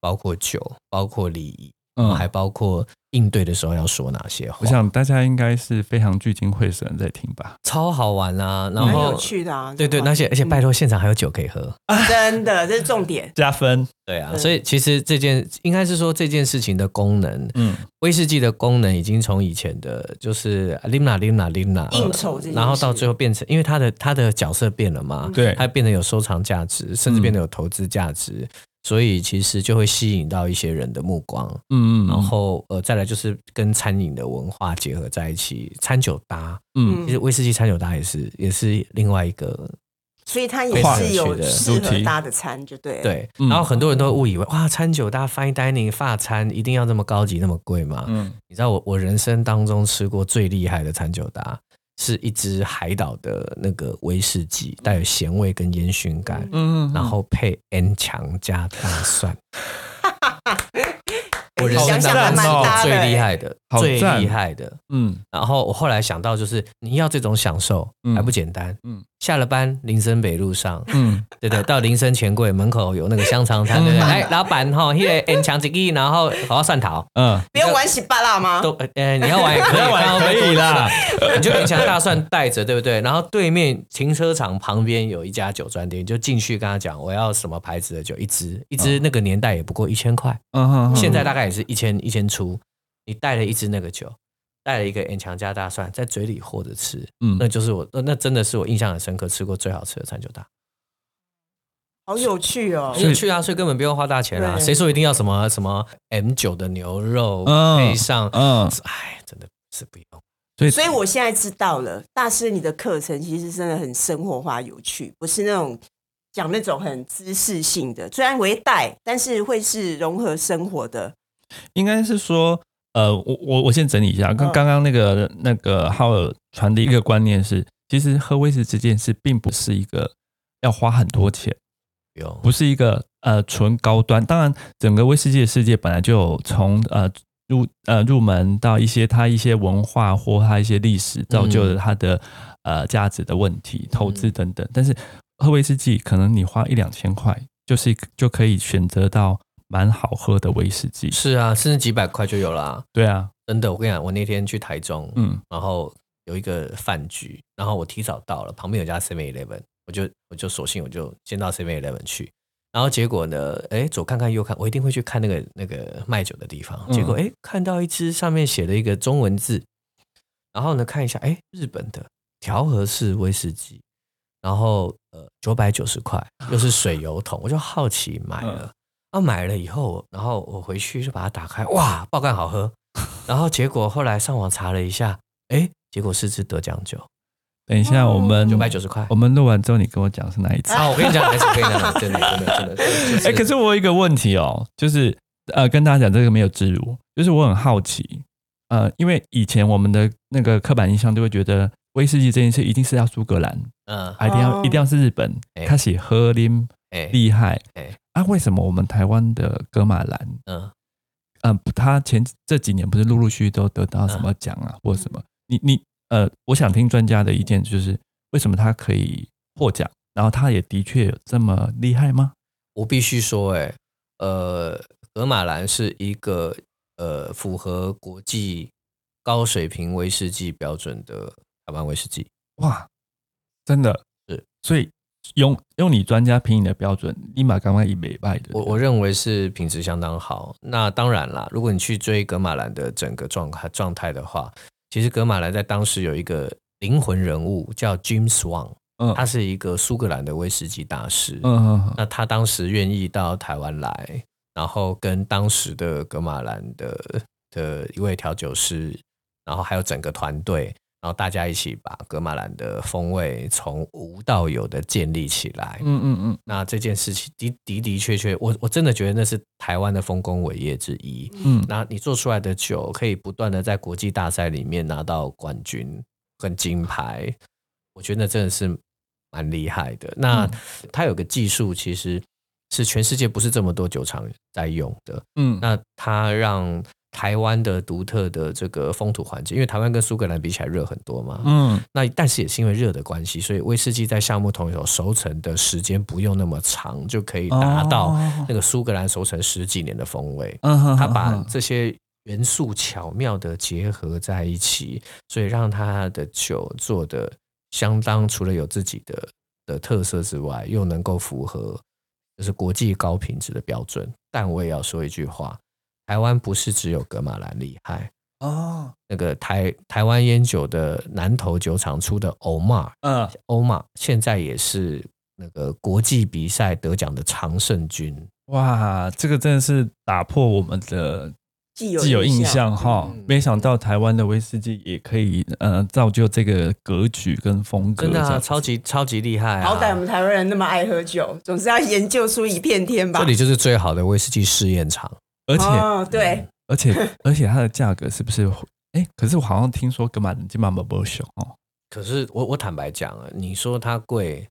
Speaker 1: 包括酒，包括礼仪，
Speaker 3: 嗯
Speaker 1: 还包括应对的时候要说哪些话
Speaker 3: 我，想大家应该是非常聚精会神在听吧。
Speaker 1: 超好玩啊！然
Speaker 4: 蛮
Speaker 1: 后
Speaker 4: 有趣的啊。
Speaker 1: 对对，
Speaker 4: 这个
Speaker 1: 而且而且
Speaker 4: 嗯
Speaker 1: 拜托现场还有酒可以喝，
Speaker 4: 真的这是重点。
Speaker 3: 加分，
Speaker 1: 对啊，
Speaker 4: 对
Speaker 1: 所以其实这件应该是说这件事情的功能，
Speaker 3: 嗯，
Speaker 1: 威士忌的功能已经从以前的就是 Limna Limna Limna
Speaker 4: 应酬这件事
Speaker 1: 然后到最后变成，因为它的它的角色变了嘛，
Speaker 3: 对
Speaker 1: 它变得有收藏价值，甚至变得有投资价值，所以其实就会吸引到一些人的目光。
Speaker 3: 嗯
Speaker 1: 然后呃，再来就是跟餐饮的文化结合在一起，餐酒搭，
Speaker 3: 嗯
Speaker 1: 其实威士忌餐酒搭也是也是另外一个
Speaker 4: 所以它
Speaker 1: 非
Speaker 4: 也
Speaker 1: 常
Speaker 4: 是
Speaker 1: 有趣
Speaker 4: 有
Speaker 1: 的
Speaker 4: 适
Speaker 3: 主题
Speaker 4: 合搭的餐，就对了。
Speaker 1: 对，
Speaker 3: 嗯
Speaker 1: 然后很多人都误以为哇，餐酒搭 fine dining 法餐一定要这么高级那么贵吗？
Speaker 3: 嗯
Speaker 1: 你知道我我人生当中吃过最厉害的餐酒搭，是一支海岛的那个威士忌，带有咸味跟烟熏感，
Speaker 3: 嗯
Speaker 1: 然后配 N 强加大 蒜。我人生
Speaker 4: 想
Speaker 1: 当中
Speaker 4: 想还蛮
Speaker 1: 吃过
Speaker 4: 搭的
Speaker 1: 最厉
Speaker 4: 欸。
Speaker 1: 害的，
Speaker 3: 好
Speaker 1: 最
Speaker 3: 赞
Speaker 1: 厉害的。
Speaker 3: 嗯
Speaker 1: 然后我后来想到，就是你要这种享受
Speaker 3: 嗯
Speaker 1: 还不简单。
Speaker 3: 嗯
Speaker 1: 下了班，林森北路上，
Speaker 3: 嗯，
Speaker 1: 对对，到林森钱柜门口有那个香肠摊，对
Speaker 4: 嗯
Speaker 1: 不对？哎，老板哈，那个 N 强一亿，然后好好蒜头。
Speaker 3: 嗯，
Speaker 4: 不用玩洗巴辣吗？
Speaker 1: 都呃，你要玩也可以，
Speaker 3: 啊 要玩
Speaker 1: 看会不
Speaker 3: 可
Speaker 1: 会
Speaker 3: 以啦
Speaker 1: 多吃，你就勉强大蒜带着，对不对？然后对面停车场旁边有一家酒专店，你就进去跟他讲我要什么牌子的酒，一支一支，那个年代也不过一千块，
Speaker 3: 哦嗯
Speaker 1: 现在大概也是一千一千出。你带了一支那个酒，带了一个 N 强加大蒜，在嘴里和着吃，
Speaker 3: 嗯
Speaker 1: 那就是我那那真的是我印象很深刻，吃过最好吃的餐酒大。
Speaker 4: 好有趣哦！
Speaker 1: 因为去啊，所以根本不用花大钱啊。
Speaker 4: 对
Speaker 1: 谁说一定要什么什么 M 九的牛肉
Speaker 3: 嗯
Speaker 1: 配上？
Speaker 3: 嗯，
Speaker 1: 哎，真的是不用。
Speaker 3: 所以
Speaker 4: 所以我现在知道了，大师你的课程其实真的很生活化、有趣，不是那种讲那种很知识性的，虽然为带，但是会是融合生活的。
Speaker 3: 应该是说，呃，我我我先整理一下，刚
Speaker 4: 嗯
Speaker 3: 刚刚那个那个浩尔传递一个观念是，其实喝威士忌这件事并不是一个要花很多钱，
Speaker 1: 不用
Speaker 3: 不是一个呃纯高端。当然，整个威士忌的世界本来就有从呃入呃入门到一些它一些文化或它一些历史造就了它的、呃价值的问题、投资等等。但是喝威士忌，可能你花一两千块，就是一个就可以选择到蛮好喝的威士忌。
Speaker 1: 是啊，甚至几百块就有啦。
Speaker 3: 对啊，
Speaker 1: 真的，我跟你讲，我那天去台中，
Speaker 3: 嗯
Speaker 1: 然后有一个饭局，然后我提早到了，旁边有家 Seven Eleven，我就我就索性我就先到 Seven Eleven 去，然后结果呢，哎，左看看右看，我一定会去看那个那个卖酒的地方。
Speaker 2: 嗯
Speaker 1: 结果哎，看到一只上面写了一个中文字，然后呢看一下，哎，日本的调和式威士忌，然后呃九百九十块，又是水油桶，我就好奇买了。啊，买了以后，然后我回去就把它打开，哇，爆干好喝。然后结果后来上网查了一下，哎，结果是支得奖酒，
Speaker 3: 嗯等一下，我们
Speaker 1: 九百九十块
Speaker 3: 我。们录完之后，你跟我讲是哪一次？
Speaker 1: 啊，我跟你讲，还是我跟你讲，真的真的真的。真的
Speaker 3: 哎、可是我有一个问题哦，就是呃，跟大家讲这个没有植入，就是我很好奇，呃，因为以前我们的那个刻板印象就会觉得威士忌这件事一定是要苏格兰，
Speaker 1: 嗯，
Speaker 3: 啊一定要、
Speaker 4: 哦
Speaker 3: 一定要是日本
Speaker 1: 哎，
Speaker 3: 他写喝林
Speaker 1: 哎，
Speaker 3: 厉害，
Speaker 1: 哎
Speaker 3: 啊，为什么我们台湾的格马兰，
Speaker 1: 嗯，
Speaker 3: 嗯、他前这几年不是陆陆续续都得到什么奖
Speaker 1: 嗯
Speaker 3: 啊，或者什么？你你呃，我想听专家的意见，就是为什么他可以获奖，然后他也的确有这么厉害吗？
Speaker 1: 我必须说、哎，呃，格马兰是一个呃符合国际高水平威士忌标准的台湾威士忌。
Speaker 3: 哇，真的
Speaker 1: 是，
Speaker 3: 所以用用你专家评你的标准，立马赶快以美拜的。
Speaker 1: 我我认为是品质相当好。那当然啦，如果你去追格马兰的整个状态状态的话，其实格马兰在当时有一个灵魂人物叫 Jim Swan，
Speaker 3: 嗯
Speaker 1: 他是一个苏格兰的威士忌大师。
Speaker 3: 嗯嗯嗯
Speaker 1: 那他当时愿意到台湾来，然后跟当时的格马兰的的一位调酒师，然后还有整个团队，然后大家一起把格马兰的风味从无到有的建立起来。
Speaker 3: 嗯嗯嗯
Speaker 1: 那这件事情的的的确确，我我真的觉得那是台湾的丰功伟业之一。
Speaker 3: 嗯，
Speaker 1: 那你做出来的酒可以不断的在国际大赛里面拿到冠军跟金牌，我觉得那真的是蛮厉害的。那
Speaker 3: 嗯
Speaker 1: 它有个技术，其实是全世界不是这么多酒厂在用的。
Speaker 3: 嗯
Speaker 1: 那它让台湾的独特的这个风土环境，因为台湾跟苏格兰比起来热很多嘛，
Speaker 3: 嗯
Speaker 1: 那但是也是因为热的关系，所以威士忌在橡木桶有熟成的时间不用那么长，就可以达到
Speaker 3: 哦
Speaker 1: 那个苏格兰熟成十几年的风味。
Speaker 3: 嗯哼，
Speaker 1: 它把
Speaker 3: 哼哼
Speaker 1: 这些元素巧妙的结合在一起，所以让它的酒做的相当，除了有自己的的特色之外，又能够符合就是国际高品质的标准。但我也要说一句话，台湾不是只有格马兰厉害，
Speaker 3: 哦，
Speaker 1: 那个台台湾烟酒的南投酒厂出的欧玛
Speaker 3: 嗯
Speaker 1: 欧玛，现在也是那个国际比赛得奖的常胜军。
Speaker 3: 哇，这个真的是打破我们的
Speaker 4: 既有
Speaker 3: 既有印象哈
Speaker 1: 嗯，
Speaker 3: 没想到台湾的威士忌也可以呃造就这个格局跟风格，
Speaker 1: 真的
Speaker 3: 这
Speaker 1: 啊，
Speaker 3: 样子
Speaker 1: 超级超级厉害、啊！
Speaker 4: 好歹我们台湾人那么爱喝酒，总是要研究出一片天吧。
Speaker 1: 这里就是最好的威士忌试验场。
Speaker 3: 而且
Speaker 1: 啊
Speaker 4: 哦，对，
Speaker 3: 而且而且它的价格是不是？哎、可是我好像听说格马兰金马毛不熊哦，
Speaker 1: 可是我我坦白讲啊，你说它贵，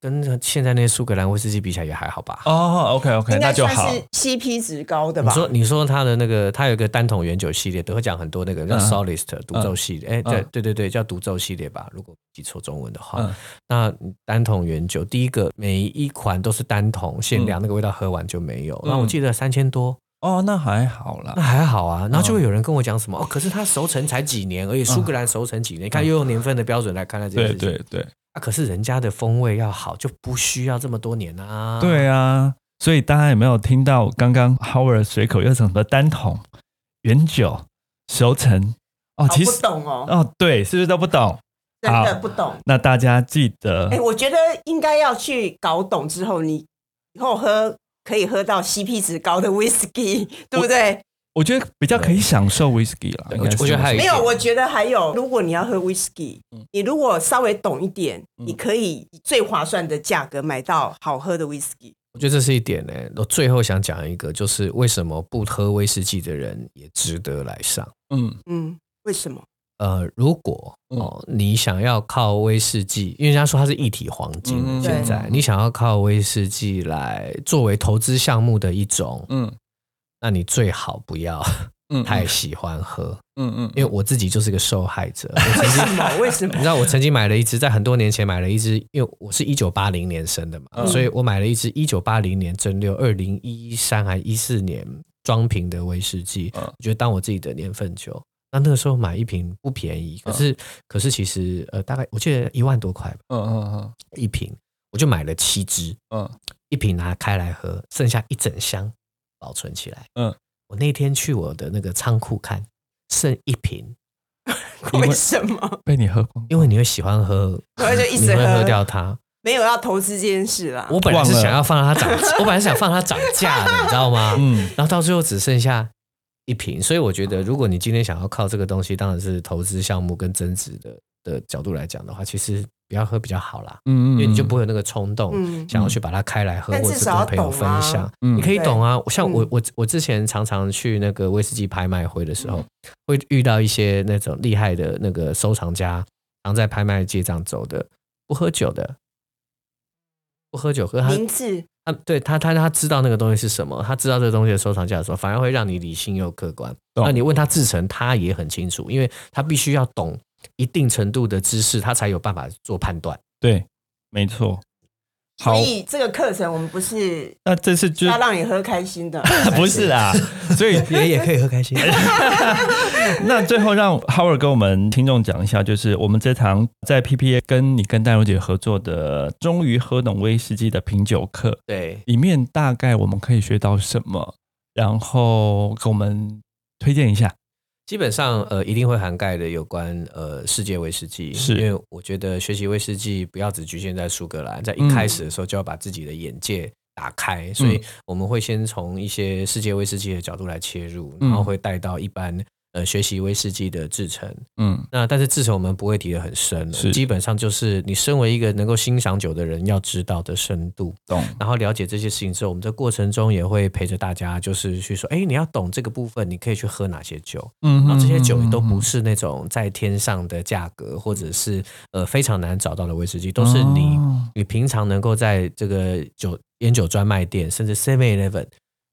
Speaker 1: 跟现在那些苏格兰威士忌比起来也还好吧？
Speaker 3: 哦，OK OK，
Speaker 4: 应
Speaker 3: 那
Speaker 4: 该
Speaker 3: 就
Speaker 4: 算
Speaker 3: 好。
Speaker 4: 是 CP 值高的
Speaker 1: 你
Speaker 4: 吧？
Speaker 1: 说你说它的那个，它有一个单桶原酒系列，得奖很多那个叫
Speaker 3: 嗯
Speaker 1: Solist 独奏系列，哎、对
Speaker 3: 嗯
Speaker 1: 对对对，叫独奏系列吧，如果记错中文的话，
Speaker 3: 嗯
Speaker 1: 那单桶原酒第一个每一款都是单桶限量，那个味道喝完就没有。
Speaker 3: 嗯
Speaker 1: 那我记得三千多，
Speaker 3: 哦，那还好
Speaker 1: 那
Speaker 3: 啦。
Speaker 1: 还好啊。然后就会有人跟我讲
Speaker 3: 嗯
Speaker 1: 什么、哦，可是它熟成才几年而已，苏格兰熟成几年，你看又用年份的标准来看待这件
Speaker 3: 嗯对
Speaker 1: 事情。
Speaker 3: 对对
Speaker 1: 啊，可是人家的风味要好，就不需要这么多年啊。
Speaker 3: 对啊！所以大家有没有听到刚刚 Howard 随口又讲什么单桶、原酒、熟成？哦，
Speaker 4: 哦
Speaker 3: 其
Speaker 4: 不
Speaker 3: 实
Speaker 4: 懂哦，
Speaker 3: 哦，对，是不是都不懂？
Speaker 4: 真的
Speaker 3: 好
Speaker 4: 不懂。
Speaker 3: 那大家记得
Speaker 4: 哎，我觉得应该要去搞懂之后，你以后喝可以喝到 CP 值高的 whisky，对不对？
Speaker 3: 我觉得比较可以享受 whisky 啦。
Speaker 1: 对
Speaker 3: 应该是
Speaker 1: 我觉得还有一
Speaker 4: 没
Speaker 1: 点
Speaker 4: 有，我觉得还有，如果你要喝 whisky，
Speaker 3: 嗯
Speaker 4: 你如果稍微懂一点，
Speaker 3: 嗯
Speaker 4: 你可以以最划算的价格买到好喝的 whisky。
Speaker 1: 我觉得这是一点呢、欸我最后想讲一个，就是为什么不喝威士忌的人也值得来上。
Speaker 3: 嗯
Speaker 4: 嗯，为什么？
Speaker 1: 呃，如果
Speaker 3: 嗯
Speaker 1: 哦，你想要靠威士忌，因为人家说它是一体黄金，
Speaker 3: 嗯
Speaker 1: 现在你想要靠威士忌来作为投资项目的一种，
Speaker 3: 嗯
Speaker 1: 那你最好不要
Speaker 3: 嗯，
Speaker 1: 太喜欢喝，
Speaker 3: 嗯嗯，
Speaker 1: 因为我自己就是个受害 者。我曾经
Speaker 4: 为什么
Speaker 1: 你？知道我曾经买了一只，在很多年前买了一只，因为我是一九八零年生的嘛，
Speaker 3: 嗯
Speaker 1: 所以我买了一只一九八零年蒸馏二零一三还一四年装瓶的威士忌，
Speaker 3: 嗯
Speaker 1: 我觉得当我自己的年份酒。那那个时候买一瓶不便宜，
Speaker 3: 嗯
Speaker 1: 可是、可是其实呃大概我记得一万多块吧
Speaker 3: 嗯嗯
Speaker 1: 一瓶，我就买了七支，
Speaker 3: 嗯
Speaker 1: 一瓶拿开来喝，剩下一整箱保存起来。
Speaker 3: 嗯，
Speaker 1: 我那天去我的那个仓库看，剩一瓶，
Speaker 3: 因为
Speaker 4: 为什么
Speaker 3: 被你喝光，
Speaker 1: 因为你会喜欢喝，
Speaker 4: 我就一直
Speaker 1: 你会
Speaker 4: 喝
Speaker 1: 喝掉它。
Speaker 4: 没有要投资这件事啦？
Speaker 1: 我本来是
Speaker 3: 忘了
Speaker 1: 想要放它涨，我本来是想放它涨价 的，你知道吗？
Speaker 3: 嗯，
Speaker 1: 然后到最后只剩下一瓶，所以我觉得，如果你今天想要靠这个东西，当然是投资项目跟增值的的角度来讲的话，其实不要喝比较好啦，
Speaker 3: 嗯
Speaker 1: 因为你就不会有那个冲动。
Speaker 4: 嗯，
Speaker 1: 想要去把它开来喝，
Speaker 4: 但
Speaker 1: 或
Speaker 4: 至
Speaker 1: 者是
Speaker 4: 少要
Speaker 1: 跟朋友
Speaker 4: 懂
Speaker 1: 分
Speaker 4: 啊
Speaker 1: 享，
Speaker 3: 嗯
Speaker 1: 你可以懂啊。像我
Speaker 4: 嗯
Speaker 1: 我我之前常常去那个威士忌拍卖会的时候，会遇到一些那种厉害的那个收藏家，常在拍卖街上走的，不喝酒的，不喝酒，可是他
Speaker 4: 明智，
Speaker 1: 他对他他他知道那个东西是什么，他知道这个东西的收藏价值的时候，反而会让你理性又客观。
Speaker 3: 懂
Speaker 1: 那你问他制成，他也很清楚，因为他必须要懂一定程度的知识，他才有办法做判断。
Speaker 3: 对，没错。好
Speaker 4: 所，以这个课程我们不是
Speaker 3: 那这次就
Speaker 4: 要让你喝开心的，
Speaker 3: 不是啦，所以
Speaker 1: 也也可以喝开心。
Speaker 3: 那最后让 Howard 跟我们听众讲一下，就是我们这堂在 PPA 跟你跟戴茹姐合作的“终于喝懂威士忌”的品酒课
Speaker 1: 对，
Speaker 3: 里面，大概我们可以学到什么？然后给我们推荐一下。
Speaker 1: 基本上呃一定会涵盖的有关呃世界威士忌，
Speaker 3: 是
Speaker 1: 因为我觉得学习威士忌不要只局限在苏格兰，在一开始的时候就要把自己的眼界。打开，所
Speaker 3: 嗯
Speaker 1: 以我们会先从一些世界威士忌的角度来切入，
Speaker 3: 嗯
Speaker 1: 然后会带到一般呃学习威士忌的制成。
Speaker 3: 嗯
Speaker 1: 那但是制成我们不会提得很深，哦
Speaker 3: 是
Speaker 1: 基本上就是你身为一个能够欣赏酒的人要知道的深度。
Speaker 3: 懂。
Speaker 1: 然后了解这些事情之后，我们在过程中也会陪着大家，就是去说，哎，你要懂这个部分，你可以去喝哪些酒。
Speaker 3: 嗯
Speaker 1: 然后这些酒也都
Speaker 3: 哦
Speaker 1: 不是那种在天上的价格，或者是呃非常难找到的威士忌，都是你、
Speaker 3: 哦
Speaker 1: 你平常能够在这个酒烟酒专卖店，甚至 Seven Eleven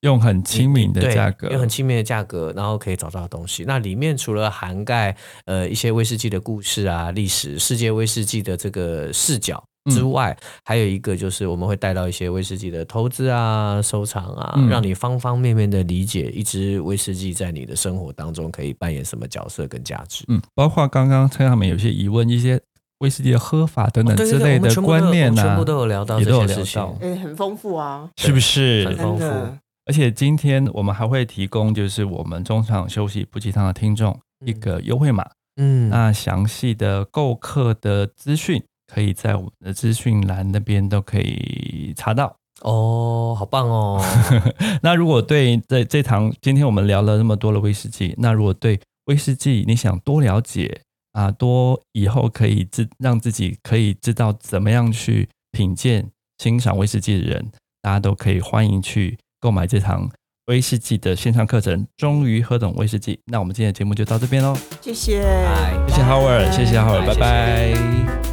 Speaker 3: 用很亲民的价格，
Speaker 1: 用很亲民的价格，然后可以找到的东西。那里面除了涵盖呃一些威士忌的故事啊、历史、世界威士忌的这个视角之
Speaker 3: 嗯
Speaker 1: 外，还有一个就是我们会带到一些威士忌的投资啊、收藏啊，
Speaker 3: 嗯
Speaker 1: 让你方方面面的理解一支威士忌在你的生活当中可以扮演什么角色跟价值。
Speaker 3: 嗯，包括刚刚车上面有些疑问，一些威士忌的喝法等等
Speaker 1: 哦对
Speaker 3: 之
Speaker 1: 对对
Speaker 3: 类
Speaker 1: 我们
Speaker 3: 的
Speaker 1: 全部都有
Speaker 3: 观念
Speaker 1: 我们
Speaker 3: 啊，
Speaker 1: 全部都有聊到
Speaker 3: 也
Speaker 1: 这
Speaker 3: 都有
Speaker 1: 些
Speaker 3: 聊
Speaker 1: 事情
Speaker 3: 到，
Speaker 4: 嗯，很丰富啊，
Speaker 3: 是不是？
Speaker 1: 很
Speaker 4: 真
Speaker 1: 丰富
Speaker 4: 的。
Speaker 3: 而且今天我们还会提供，就是我们中场休息不鸡汤的听众
Speaker 1: 嗯
Speaker 3: 一个优惠码。
Speaker 1: 嗯，
Speaker 3: 那详细的购课的资讯，可以在我们的资讯栏那边都可以查到。
Speaker 1: 哦，好棒 哦，
Speaker 3: 那如果对这这堂今天我们聊了那么多的威士忌，那如果对威士忌你想多了解啊，多以后可以自让自己可以知道怎么样去品鉴、欣赏威士忌的人，大家都可以欢迎去购买这堂威士忌的线上课程。终于喝懂威士忌，那我们今天的节目就到这边喽，
Speaker 4: 谢谢，
Speaker 1: 拜
Speaker 3: 谢谢 Howard，谢谢 Howard，拜拜